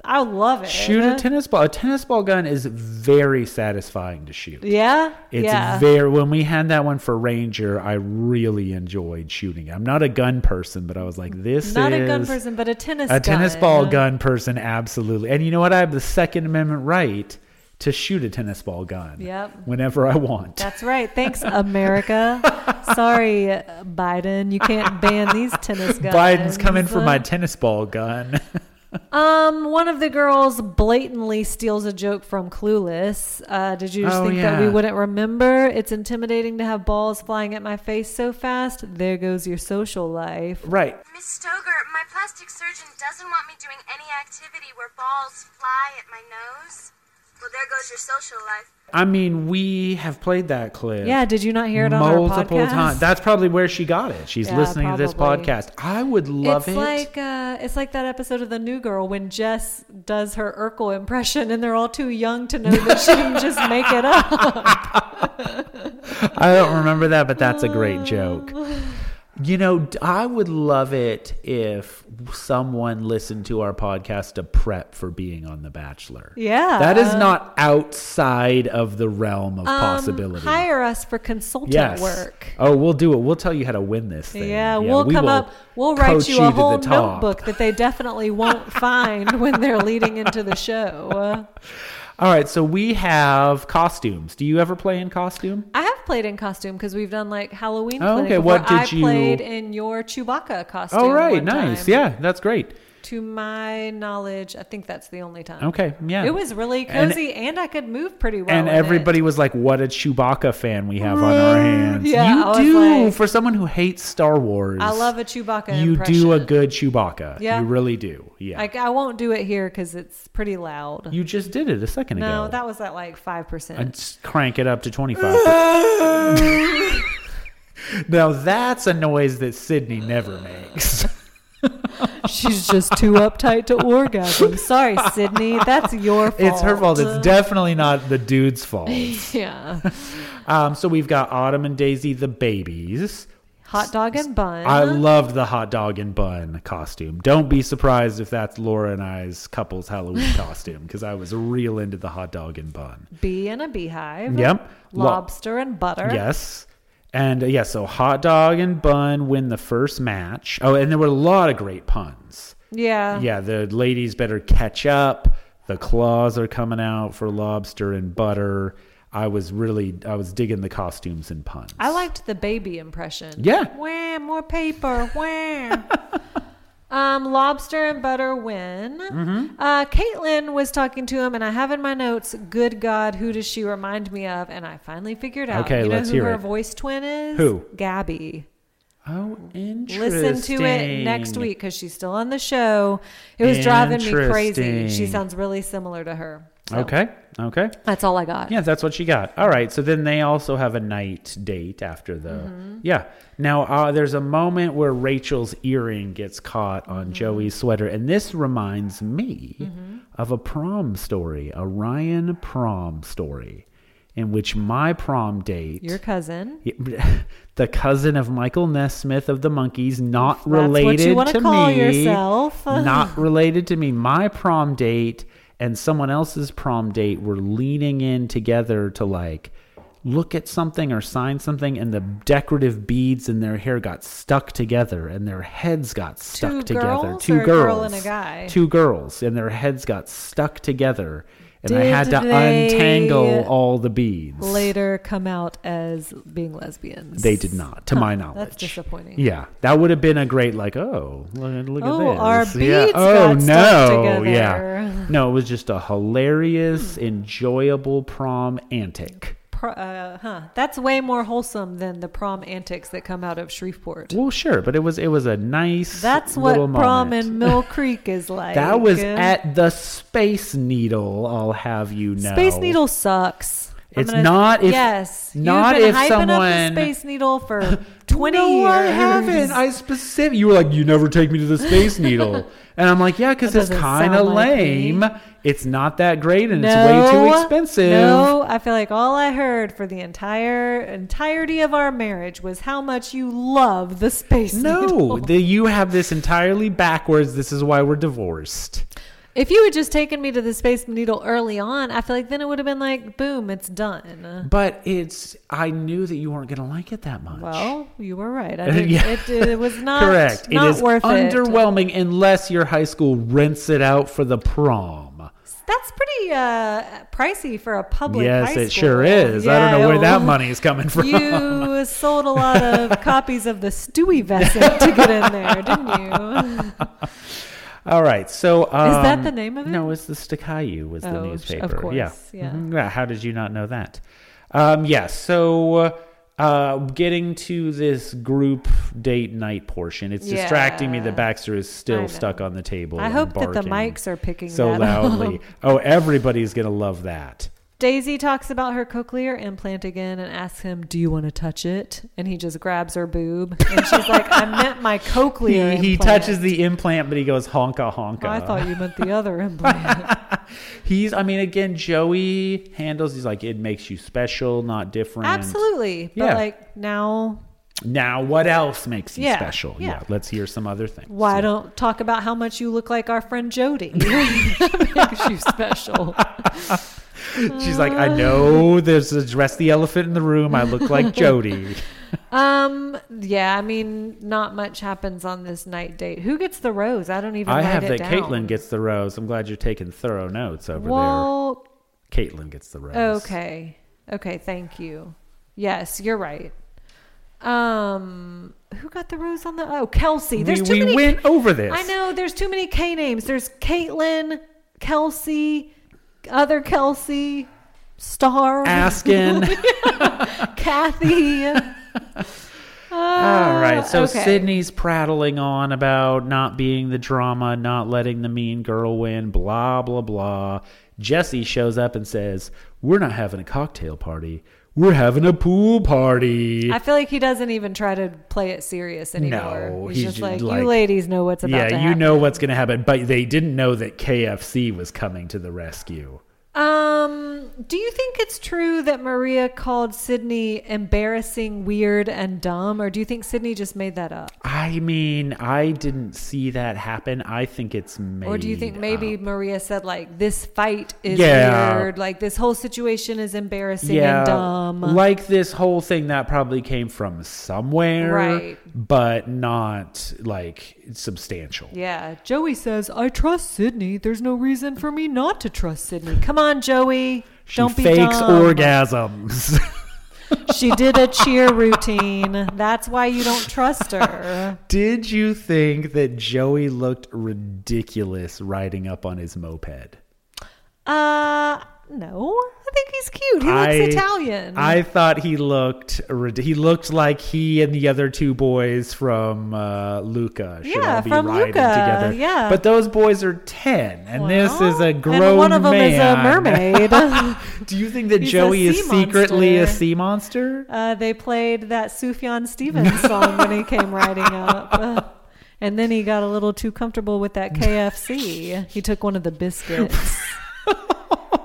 [SPEAKER 2] I love it.
[SPEAKER 1] shoot a tennis ball. A tennis ball gun is very satisfying to shoot.
[SPEAKER 2] Yeah,
[SPEAKER 1] It's
[SPEAKER 2] yeah.
[SPEAKER 1] very when we had that one for Ranger, I really enjoyed shooting. it. I'm not a gun person, but I was like, this
[SPEAKER 2] not
[SPEAKER 1] is
[SPEAKER 2] a gun person, but a tennis
[SPEAKER 1] a tennis
[SPEAKER 2] gun.
[SPEAKER 1] ball gun person, absolutely. And you know what? I have the Second Amendment right to shoot a tennis ball gun.
[SPEAKER 2] Yep.
[SPEAKER 1] Whenever I want.
[SPEAKER 2] That's right. Thanks, America. Sorry, Biden. You can't ban these tennis guns.
[SPEAKER 1] Biden's coming for my tennis ball gun.
[SPEAKER 2] Um, one of the girls blatantly steals a joke from Clueless. Uh, did you just
[SPEAKER 1] Oh,
[SPEAKER 2] think that we
[SPEAKER 1] yeah.
[SPEAKER 2] wouldn't remember? It's intimidating to have balls flying at my face so fast. There goes your social life.
[SPEAKER 1] right.
[SPEAKER 6] Miss Stoger, my plastic surgeon doesn't want me doing any activity where balls fly at my nose. Well, there goes your social life.
[SPEAKER 1] I mean, we have played that clip.
[SPEAKER 2] Yeah, did you not hear it on our
[SPEAKER 1] multiple
[SPEAKER 2] podcast?
[SPEAKER 1] times. That's probably where she got it. She's
[SPEAKER 2] Yeah,
[SPEAKER 1] listening to this
[SPEAKER 2] probably.
[SPEAKER 1] podcast. I would love
[SPEAKER 2] it's
[SPEAKER 1] it.
[SPEAKER 2] like uh, it's like that episode of The New Girl when Jess does her Urkel impression, and they're all too young to know that she can just make it up.
[SPEAKER 1] I don't remember that, but that's a great joke. You know, d- I would love it if someone listened to our podcast to prep for being on The Bachelor.
[SPEAKER 2] Yeah.
[SPEAKER 1] That is not outside of the realm of
[SPEAKER 2] Um,
[SPEAKER 1] possibility.
[SPEAKER 2] hire us for consultant
[SPEAKER 1] yes.
[SPEAKER 2] work.
[SPEAKER 1] Oh, we'll do it. We'll tell you how to win this thing.
[SPEAKER 2] Yeah, we'll
[SPEAKER 1] we
[SPEAKER 2] come
[SPEAKER 1] will
[SPEAKER 2] up. We'll write
[SPEAKER 1] coach
[SPEAKER 2] you a
[SPEAKER 1] to the
[SPEAKER 2] whole
[SPEAKER 1] top.
[SPEAKER 2] notebook that they definitely won't find when they're leading into the show.
[SPEAKER 1] All right, so we have costumes. Do you ever play in costume?
[SPEAKER 2] I have played in costume because we've done like Halloween.
[SPEAKER 1] Oh,
[SPEAKER 2] clinic
[SPEAKER 1] okay, what
[SPEAKER 2] before.
[SPEAKER 1] did
[SPEAKER 2] I
[SPEAKER 1] you-
[SPEAKER 2] played in your Chewbacca costume?
[SPEAKER 1] All Oh, right,
[SPEAKER 2] one
[SPEAKER 1] nice.
[SPEAKER 2] time.
[SPEAKER 1] Yeah, that's great.
[SPEAKER 2] To my knowledge, I think that's the only time.
[SPEAKER 1] Okay, yeah.
[SPEAKER 2] It was really
[SPEAKER 1] And-
[SPEAKER 2] cozy, and, I could move pretty well.
[SPEAKER 1] and
[SPEAKER 2] in it.
[SPEAKER 1] everybody was like, "What a Chewbacca fan we have on our hands."
[SPEAKER 2] Yeah, I
[SPEAKER 1] you
[SPEAKER 2] was
[SPEAKER 1] do
[SPEAKER 2] like-
[SPEAKER 1] for someone who hates Star Wars.
[SPEAKER 2] I love a Chewbacca.
[SPEAKER 1] You
[SPEAKER 2] impression.
[SPEAKER 1] do a good Chewbacca.
[SPEAKER 2] Yeah.
[SPEAKER 1] you really do. Yeah,
[SPEAKER 2] Like I won't do it here because it's pretty loud.
[SPEAKER 1] you just did it a second
[SPEAKER 2] no,
[SPEAKER 1] ago.
[SPEAKER 2] that was at like five percent.
[SPEAKER 1] and s- crank it up to twenty five. now that's a noise that Sydney never makes.
[SPEAKER 2] She's just too uptight to orgasm. Sorry, Sydney. That's your fault.
[SPEAKER 1] It's her fault. It's definitely not the dude's fault.
[SPEAKER 2] yeah.
[SPEAKER 1] Um, so we've got Autumn and Daisy, the babies.
[SPEAKER 2] Hot dog and bun.
[SPEAKER 1] I loved the hot dog and bun costume. Don't be surprised if that's Laura and I's couple's Halloween costume because I was real into the hot dog and bun.
[SPEAKER 2] Bee in a beehive.
[SPEAKER 1] Yep. Lo-
[SPEAKER 2] Lobster and butter.
[SPEAKER 1] Yes. And uh, yeah, so hot dog and bun win the first match. Oh, and there were a lot of great puns.
[SPEAKER 2] Yeah.
[SPEAKER 1] Yeah, the ladies better catch up. The claws are coming out for lobster and butter. I was really, I was digging the costumes and puns.
[SPEAKER 2] I liked the baby impression.
[SPEAKER 1] Yeah.
[SPEAKER 2] Wham, more paper. Wham. um, lobster and butter win.
[SPEAKER 1] Mm-hmm.
[SPEAKER 2] Uh, Caitlin was talking to him, and I have in my notes, good God, who does she remind me of? And I finally figured out.
[SPEAKER 1] Okay,
[SPEAKER 2] you know
[SPEAKER 1] let's
[SPEAKER 2] who
[SPEAKER 1] hear
[SPEAKER 2] her
[SPEAKER 1] it.
[SPEAKER 2] voice twin is?
[SPEAKER 1] Who?
[SPEAKER 2] Gabby.
[SPEAKER 1] Oh, interesting.
[SPEAKER 2] Listen to it next week because she's still on the show. It was driving me crazy. She
[SPEAKER 1] Interesting.
[SPEAKER 2] sounds really similar to her. So,
[SPEAKER 1] Okay. Okay.
[SPEAKER 2] That's all I got.
[SPEAKER 1] Yeah, that's what she got. All right. So then they also have a night date after the. Yeah. Now, uh, there's a moment where Rachel's earring gets caught on Joey's sweater. And this reminds me of a prom story, a Ryan prom story, in which my prom date.
[SPEAKER 2] Your cousin.
[SPEAKER 1] the cousin of Michael Nesmith of the Monkees, not
[SPEAKER 2] what you
[SPEAKER 1] related
[SPEAKER 2] wanna
[SPEAKER 1] to
[SPEAKER 2] call
[SPEAKER 1] me.
[SPEAKER 2] yourself.
[SPEAKER 1] not related to me. My prom date and someone else's prom date were leaning in together to like look at something or sign something, and the decorative beads in their hair got stuck together, and their heads got stuck
[SPEAKER 2] Two
[SPEAKER 1] together.
[SPEAKER 2] girls
[SPEAKER 1] two
[SPEAKER 2] or a
[SPEAKER 1] girls,
[SPEAKER 2] girl and a guy?
[SPEAKER 1] two girls, and their heads got stuck together. and I had to
[SPEAKER 2] Did they-
[SPEAKER 1] untangle all the beads.
[SPEAKER 2] Later, come out as being lesbians.
[SPEAKER 1] They did not, to my knowledge.
[SPEAKER 2] That's disappointing.
[SPEAKER 1] Yeah, that would have been a great like. Oh, look, look
[SPEAKER 2] Oh,
[SPEAKER 1] at this.
[SPEAKER 2] our
[SPEAKER 1] yeah. Oh,
[SPEAKER 2] beads got stuck
[SPEAKER 1] Yeah.
[SPEAKER 2] together. Hmm.
[SPEAKER 1] No, it was just a hilarious, enjoyable prom antic.
[SPEAKER 2] Pro- uh, huh. That's way more wholesome than the prom antics that come out of Shreveport.
[SPEAKER 1] Well, sure, but it was it was a nice.
[SPEAKER 2] That's what
[SPEAKER 1] little
[SPEAKER 2] prom
[SPEAKER 1] moment.
[SPEAKER 2] in Mill Creek is like.
[SPEAKER 1] That was
[SPEAKER 2] Uh,
[SPEAKER 1] at the Space Needle. I'll have you know.
[SPEAKER 2] Space Needle sucks. I'm
[SPEAKER 1] It's not if-
[SPEAKER 2] yes.
[SPEAKER 1] not
[SPEAKER 2] You've been
[SPEAKER 1] if
[SPEAKER 2] hyping
[SPEAKER 1] someone-
[SPEAKER 2] up the Space Needle for twenty
[SPEAKER 1] no,
[SPEAKER 2] years.
[SPEAKER 1] I haven't. I specific. You were like, you never take me to the Space Needle, and I'm like, yeah, because
[SPEAKER 2] That
[SPEAKER 1] it's
[SPEAKER 2] doesn't
[SPEAKER 1] kind of
[SPEAKER 2] sound like me.
[SPEAKER 1] lame. It's not that great, and
[SPEAKER 2] no,
[SPEAKER 1] it's way too expensive.
[SPEAKER 2] No, I feel like all I heard for the entire entirety of our marriage was how much you love the Space
[SPEAKER 1] No,
[SPEAKER 2] Needle.
[SPEAKER 1] the, you have this entirely backwards. This is why we're divorced.
[SPEAKER 2] If you had just taken me to the Space Needle early on, I feel like then it would have been like, boom, it's done.
[SPEAKER 1] But it's I knew that you weren't going to like it that much.
[SPEAKER 2] Well, you were right. I didn't,
[SPEAKER 1] Yeah.
[SPEAKER 2] it, it was not
[SPEAKER 1] correct.
[SPEAKER 2] Not
[SPEAKER 1] it is
[SPEAKER 2] worth it.
[SPEAKER 1] underwhelming unless your high school rents it out for the prom.
[SPEAKER 2] That's pretty uh, pricey for a public.
[SPEAKER 1] yes,
[SPEAKER 2] high
[SPEAKER 1] it
[SPEAKER 2] school.
[SPEAKER 1] sure is. I
[SPEAKER 2] Yeah,
[SPEAKER 1] don't know where that
[SPEAKER 2] well,
[SPEAKER 1] money is coming from.
[SPEAKER 2] You sold a lot of copies of the Stewie Vesson to get in there, didn't you?
[SPEAKER 1] All right, so um,
[SPEAKER 2] that the name of it?
[SPEAKER 1] No, it's the Stakayu was the
[SPEAKER 2] Oh, sh- of
[SPEAKER 1] newspaper. yeah,
[SPEAKER 2] course, yeah.
[SPEAKER 1] Mhm. How did you not know that? Um, yeah, so uh, getting to this group date night portion, it's distracting me
[SPEAKER 2] Yeah.
[SPEAKER 1] that Baxter is
[SPEAKER 2] I know.
[SPEAKER 1] still stuck on the table.
[SPEAKER 2] I
[SPEAKER 1] and
[SPEAKER 2] hope that the
[SPEAKER 1] barking
[SPEAKER 2] mics are picking
[SPEAKER 1] so
[SPEAKER 2] that up.
[SPEAKER 1] loudly. oh, everybody's gonna love that.
[SPEAKER 2] Daisy talks about her cochlear implant again and asks him, "Do you want to touch it?" And he just grabs her boob, and she's like, "I meant my cochlear."
[SPEAKER 1] He, he
[SPEAKER 2] implant."
[SPEAKER 1] touches the implant, but he goes honka honka.
[SPEAKER 2] Oh, I thought you meant the other implant.
[SPEAKER 1] he's. I mean, again, Joey handles. He's like, it makes you special, not different.
[SPEAKER 2] Absolutely, but
[SPEAKER 1] Yeah.
[SPEAKER 2] like now,
[SPEAKER 1] Now, what else makes you
[SPEAKER 2] Yeah,
[SPEAKER 1] special?
[SPEAKER 2] yeah.
[SPEAKER 1] Yeah. let's hear some other things.
[SPEAKER 2] why
[SPEAKER 1] Yeah.
[SPEAKER 2] don't talk about how much you look like our friend Jody? Makes you special.
[SPEAKER 1] She's like, I know there's address the elephant in the room. I look like Jody.
[SPEAKER 2] Um, yeah, I mean, not much happens on this night date. Who gets the rose? I don't even.
[SPEAKER 1] I
[SPEAKER 2] write
[SPEAKER 1] have
[SPEAKER 2] it
[SPEAKER 1] that Caitlin
[SPEAKER 2] down.
[SPEAKER 1] gets the rose. I'm glad you're taking thorough notes over
[SPEAKER 2] Well,
[SPEAKER 1] there. Caitlin gets the rose.
[SPEAKER 2] Okay. Okay, thank you. Yes, you're right. Um who got the rose on the Oh, Kelsey. There's
[SPEAKER 1] We,
[SPEAKER 2] too
[SPEAKER 1] we
[SPEAKER 2] many
[SPEAKER 1] went over this.
[SPEAKER 2] I know there's too many K names. There's Caitlin, Kelsey, other Kelsey, Star,
[SPEAKER 1] Askin.
[SPEAKER 2] Kathy. Ah,
[SPEAKER 1] All right. So
[SPEAKER 2] okay.
[SPEAKER 1] Sydney's prattling on about not being the drama, not letting the mean girl win, blah, blah, blah. Jesse shows up and says, We're not having a cocktail party. We're having a pool party.
[SPEAKER 2] I feel like he doesn't even try to play it serious anymore.
[SPEAKER 1] No,
[SPEAKER 2] he's,
[SPEAKER 1] he's
[SPEAKER 2] just
[SPEAKER 1] ju-
[SPEAKER 2] like,
[SPEAKER 1] like-
[SPEAKER 2] you ladies know what's about
[SPEAKER 1] yeah,
[SPEAKER 2] to
[SPEAKER 1] you
[SPEAKER 2] happen.
[SPEAKER 1] know what's going to happen. But they didn't know that KFC was coming to the rescue.
[SPEAKER 2] Um, do you think it's true that Maria called Sydney embarrassing, weird, and dumb, or do you think Sydney just made that up?
[SPEAKER 1] I mean, I didn't see that happen. I think it's made.
[SPEAKER 2] Or do you think maybe
[SPEAKER 1] up.
[SPEAKER 2] Maria said like this fight is
[SPEAKER 1] Yeah.
[SPEAKER 2] weird, like this whole situation is embarrassing
[SPEAKER 1] Yeah,
[SPEAKER 2] and dumb?
[SPEAKER 1] like this whole thing that probably came from somewhere,
[SPEAKER 2] Right.
[SPEAKER 1] But not like substantial.
[SPEAKER 2] yeah, Joey says I trust Sydney. There's no reason for me not to trust Sydney. Come on, Joey.
[SPEAKER 1] She
[SPEAKER 2] Don't be
[SPEAKER 1] fakes
[SPEAKER 2] dumb.
[SPEAKER 1] orgasms.
[SPEAKER 2] She did a cheer routine. That's why you don't trust her.
[SPEAKER 1] Did you think that Joey looked ridiculous riding up on his moped?
[SPEAKER 2] Uh, no. I think he's cute. He looks
[SPEAKER 1] I-
[SPEAKER 2] Italian.
[SPEAKER 1] I thought he looked rid- he looked like he and the other two boys from uh, Luca should
[SPEAKER 2] Yeah,
[SPEAKER 1] all be
[SPEAKER 2] from
[SPEAKER 1] riding
[SPEAKER 2] Luca,
[SPEAKER 1] together.
[SPEAKER 2] yeah.
[SPEAKER 1] but those boys are ten, and this
[SPEAKER 2] Well,
[SPEAKER 1] is a grown
[SPEAKER 2] and one of them is a
[SPEAKER 1] man.
[SPEAKER 2] mermaid.
[SPEAKER 1] Do you think that
[SPEAKER 2] He's a
[SPEAKER 1] Joey is
[SPEAKER 2] sea
[SPEAKER 1] secretly a
[SPEAKER 2] monster.
[SPEAKER 1] sea monster?
[SPEAKER 2] uh, they played that Sufjan Stevens song when he came riding up. Uh, and then he got a little too comfortable with that KFC. He took one of the biscuits.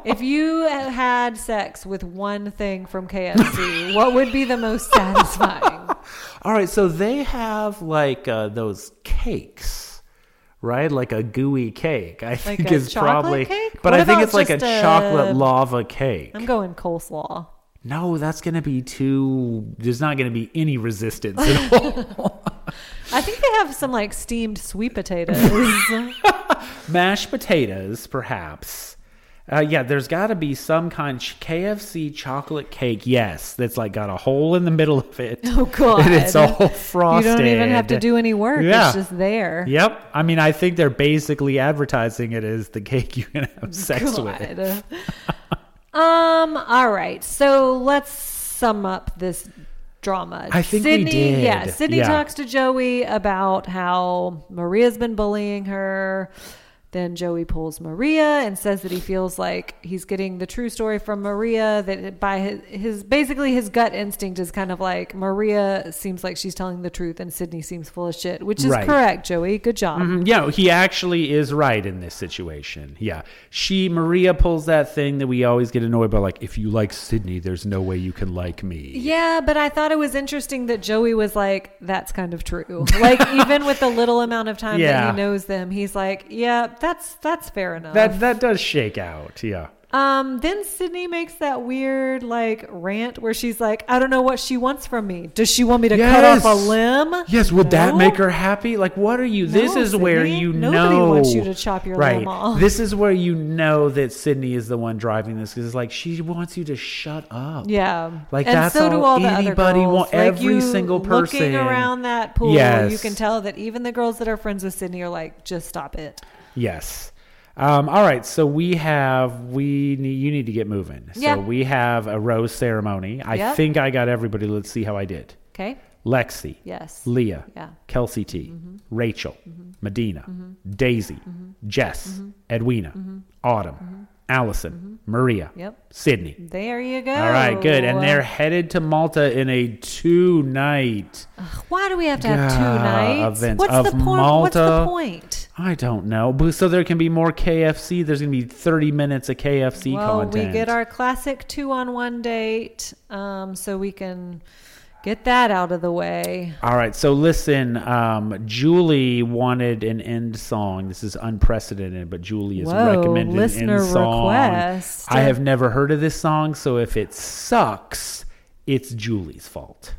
[SPEAKER 2] If you had sex with one thing from KFC, what would be the most satisfying?
[SPEAKER 1] All right, so they have like uh, those cakes, right? Like a gooey cake. I think
[SPEAKER 2] a
[SPEAKER 1] is
[SPEAKER 2] chocolate
[SPEAKER 1] probably,
[SPEAKER 2] cake?
[SPEAKER 1] but
[SPEAKER 2] What
[SPEAKER 1] I think
[SPEAKER 2] about
[SPEAKER 1] it's like a
[SPEAKER 2] just a-
[SPEAKER 1] chocolate lava cake.
[SPEAKER 2] I'm going coleslaw.
[SPEAKER 1] No, that's going to be too. There's not going to be any resistance at all.
[SPEAKER 2] I think they have some like steamed sweet potatoes.
[SPEAKER 1] Mashed potatoes, perhaps. Uh, yeah, there's got to be some kind ch- KFC chocolate cake. Yes, that's like got a hole in the middle of it.
[SPEAKER 2] Oh god.
[SPEAKER 1] and it's all frosted.
[SPEAKER 2] You don't even have to do any work.
[SPEAKER 1] Yeah.
[SPEAKER 2] It's just there.
[SPEAKER 1] Yep. I mean, I think they're basically advertising it as the cake you can have sex with.
[SPEAKER 2] God. um. All right. So let's sum up this drama.
[SPEAKER 1] I think we
[SPEAKER 2] Sydney,
[SPEAKER 1] did.
[SPEAKER 2] Yeah. Sydney
[SPEAKER 1] Yeah.
[SPEAKER 2] talks to Joey about how Maria's been bullying her. Then Joey pulls Maria and says that he feels like he's getting the true story from Maria. That by his, his basically his gut instinct is kind of like Maria seems like she's telling the truth and Sydney seems full of shit, which is
[SPEAKER 1] Right. Mm-hmm.
[SPEAKER 2] correct. Joey, good job.
[SPEAKER 1] Yeah, he actually is right in this situation. Yeah. She, Maria, pulls that thing that we always get annoyed by like, if you like Sydney, there's no way you can like me.
[SPEAKER 2] Yeah, but I thought it was interesting that Joey was like, that's kind of true. Like even with the little amount of time
[SPEAKER 1] Yeah.
[SPEAKER 2] that he knows them, he's like, yeah, that's that's fair enough.
[SPEAKER 1] That, that does shake out. Yeah.
[SPEAKER 2] um then Sydney makes that weird like rant where she's like, I don't know what she wants from me. Does she want me to cut off a limb?
[SPEAKER 1] Yes, would that
[SPEAKER 2] No?
[SPEAKER 1] make her happy? Like, what are you? this
[SPEAKER 2] No,
[SPEAKER 1] is where
[SPEAKER 2] Sydney.
[SPEAKER 1] you
[SPEAKER 2] Nobody
[SPEAKER 1] know.
[SPEAKER 2] wants you to chop your
[SPEAKER 1] right.
[SPEAKER 2] limb off.
[SPEAKER 1] This is where you know that Sydney is the one driving this because it's like she wants you to shut up.
[SPEAKER 2] Yeah.
[SPEAKER 1] Like,
[SPEAKER 2] and
[SPEAKER 1] that's
[SPEAKER 2] so do
[SPEAKER 1] all
[SPEAKER 2] all the other
[SPEAKER 1] anybody
[SPEAKER 2] girls.
[SPEAKER 1] want-
[SPEAKER 2] Like,
[SPEAKER 1] every
[SPEAKER 2] you
[SPEAKER 1] single person.
[SPEAKER 2] looking around that pool, you
[SPEAKER 1] Yes.
[SPEAKER 2] can tell that even the girls that are friends with Sydney are like, just stop it.
[SPEAKER 1] Yes. Um, all right. So we have we need, you need to get moving.
[SPEAKER 2] Yeah.
[SPEAKER 1] So we have a rose ceremony. I
[SPEAKER 2] Yep.
[SPEAKER 1] think I got everybody. Let's see how I did.
[SPEAKER 2] Okay?
[SPEAKER 1] Lexi.
[SPEAKER 2] Yes.
[SPEAKER 1] Leah.
[SPEAKER 2] Yeah. Mm-hmm.
[SPEAKER 1] Kelsey T. Rachel. Medina. Daisy. Jess.
[SPEAKER 2] Mm-hmm.
[SPEAKER 1] Edwina. Autumn. Allison. Maria.
[SPEAKER 2] Yep.
[SPEAKER 1] Sydney.
[SPEAKER 2] There you go.
[SPEAKER 1] All right, good. And they're headed to Malta in a two night.
[SPEAKER 2] Why do we have to have two
[SPEAKER 1] Ah,
[SPEAKER 2] nights?
[SPEAKER 1] events
[SPEAKER 2] What's
[SPEAKER 1] of
[SPEAKER 2] the point? What's the
[SPEAKER 1] Malta.
[SPEAKER 2] point?
[SPEAKER 1] I don't know. But so there can be more KFC. There's going to be 30 minutes of KFC
[SPEAKER 2] Well,
[SPEAKER 1] content.
[SPEAKER 2] we get our classic two on one date, um, so we can get that out of the way.
[SPEAKER 1] All right, so listen, um, Julie wanted an end song. This is unprecedented, but Julie has
[SPEAKER 2] Whoa,
[SPEAKER 1] recommended an
[SPEAKER 2] listener
[SPEAKER 1] end song.
[SPEAKER 2] request.
[SPEAKER 1] I have never heard of this song, so if it sucks, it's Julie's fault.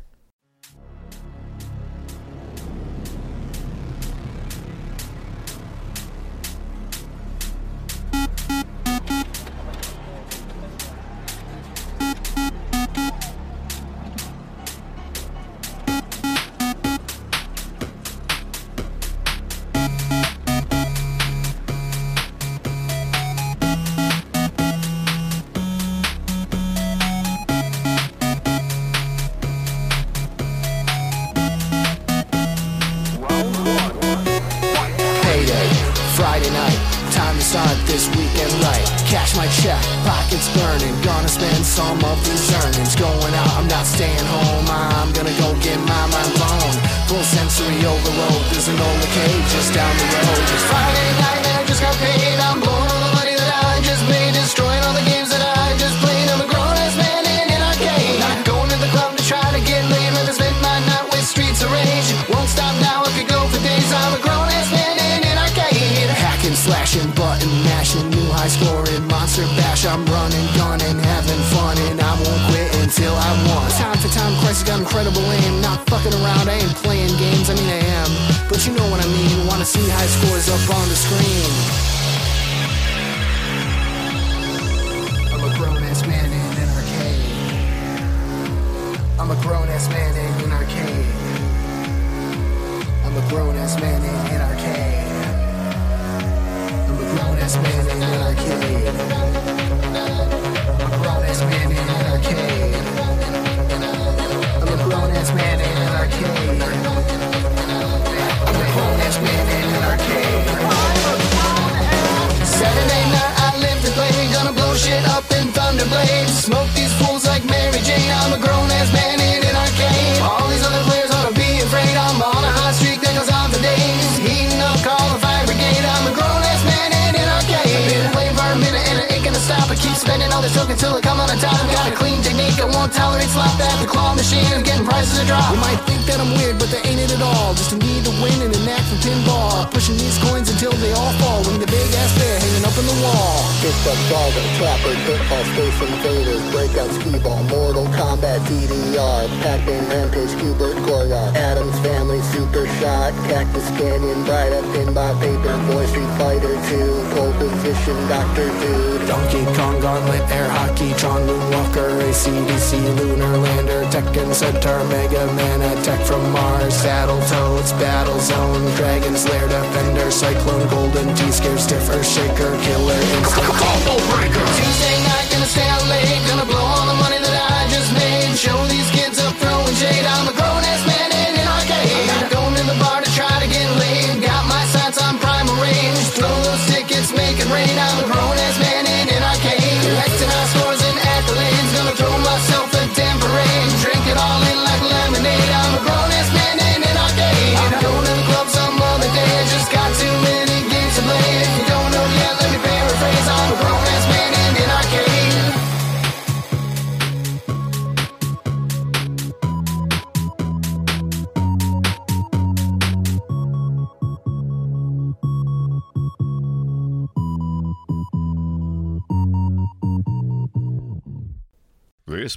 [SPEAKER 7] Payday, Friday night, time to start this weekend light. Cash my check, pockets burning, gonna spend some of these earnings. Going out, I'm not staying home, I'm gonna go get my mind blown. Full sensory overload, there's an old arcade just down the road. It's Friday night and I just got paid, I'm blowing all the money that I just made, destroying all the games that I just played. I'm a grown ass man in an arcade, not going to the club to try to get laid, rather spend my night with streets of rage. Won't stop now, I could go for days, I'm a grown ass man in an arcade. Hacking, slashing, button mashing, new high scoring, monster bash. I'm running, gunning, having fun, and I won't quit until I won. Time for time, crisis got incredible aim. Not fucking around, I ain't playing games. I mean I am, but you know what I mean. Wanna see high scores up on the screen? I'm a grown ass man in an arcade. I'm a grown ass man in an arcade. I'm a grown ass man in an arcade. I'm a grown ass man in an arcade. I'm a grown ass man in an arcade. I'm a grown ass man in an arcade. I'm a grown ass man in an arcade. Saturday night, I live to play. Gonna blow shit up in thunder blades. Smoke these fools like Mary Jane. I'm a grown ass man in an arcade. All these other players ought to be afraid. I'm on a hot streak that goes on for days. Heating up, call the fire brigade. I'm a grown ass man in an arcade. I've been away for a minute and it ain't gonna stop. I keep spending all this token till I come on the top. Got a clean technique, I won't tolerate slop. That the claw machine is getting prices a drop. You might think that I'm weird, but that ain't it at all. Just a need to win and a knack for pinball. Pushing these coins until they all fall. When the big ass bear hanging up in the wall. Fist up solver, trapper, pitfall, space invaders, breakout, skee-ball, mortal combat, DDR, Pac-Man, Rampage, Hubert, Gorgon, Adam's Family, Super Shot, Cactus Canyon, Bright Up, Pin by Paper, Boy, Street Fighter 2, Pole Position, Doctor Dude, Donkey Kong, Gauntlet, Air Hockey, John Luke Walker, ACDC, Lunar Lander, Tekken Center, Mega Man, Attack from Mars, Saddle Toads, Battle Zone, Dragon Slayer, Defender, Cyclone, Golden T, Scare, Stiffer, Shaker, Killer, Instinct, Combo Breaker. Tuesday night, gonna stay out late, gonna blow all the money that I just made. Show these kids up throwing shade. I'm a grown ass man in an arcade. I'm not going to the bar to try to get laid. Got my sights on primal range. Throw those tickets, make it rain. I'm a grown ass man in an arcade. Collecting high scores and accolades. Gonna throw myself a damn parade. Drink it all in like lemonade. I'm a grown ass man in an arcade. I'm going to the club some other day. Just got too many games to play. If you don't know yet, let me paraphrase. I'm a grown ass man in an arcade.
[SPEAKER 8] This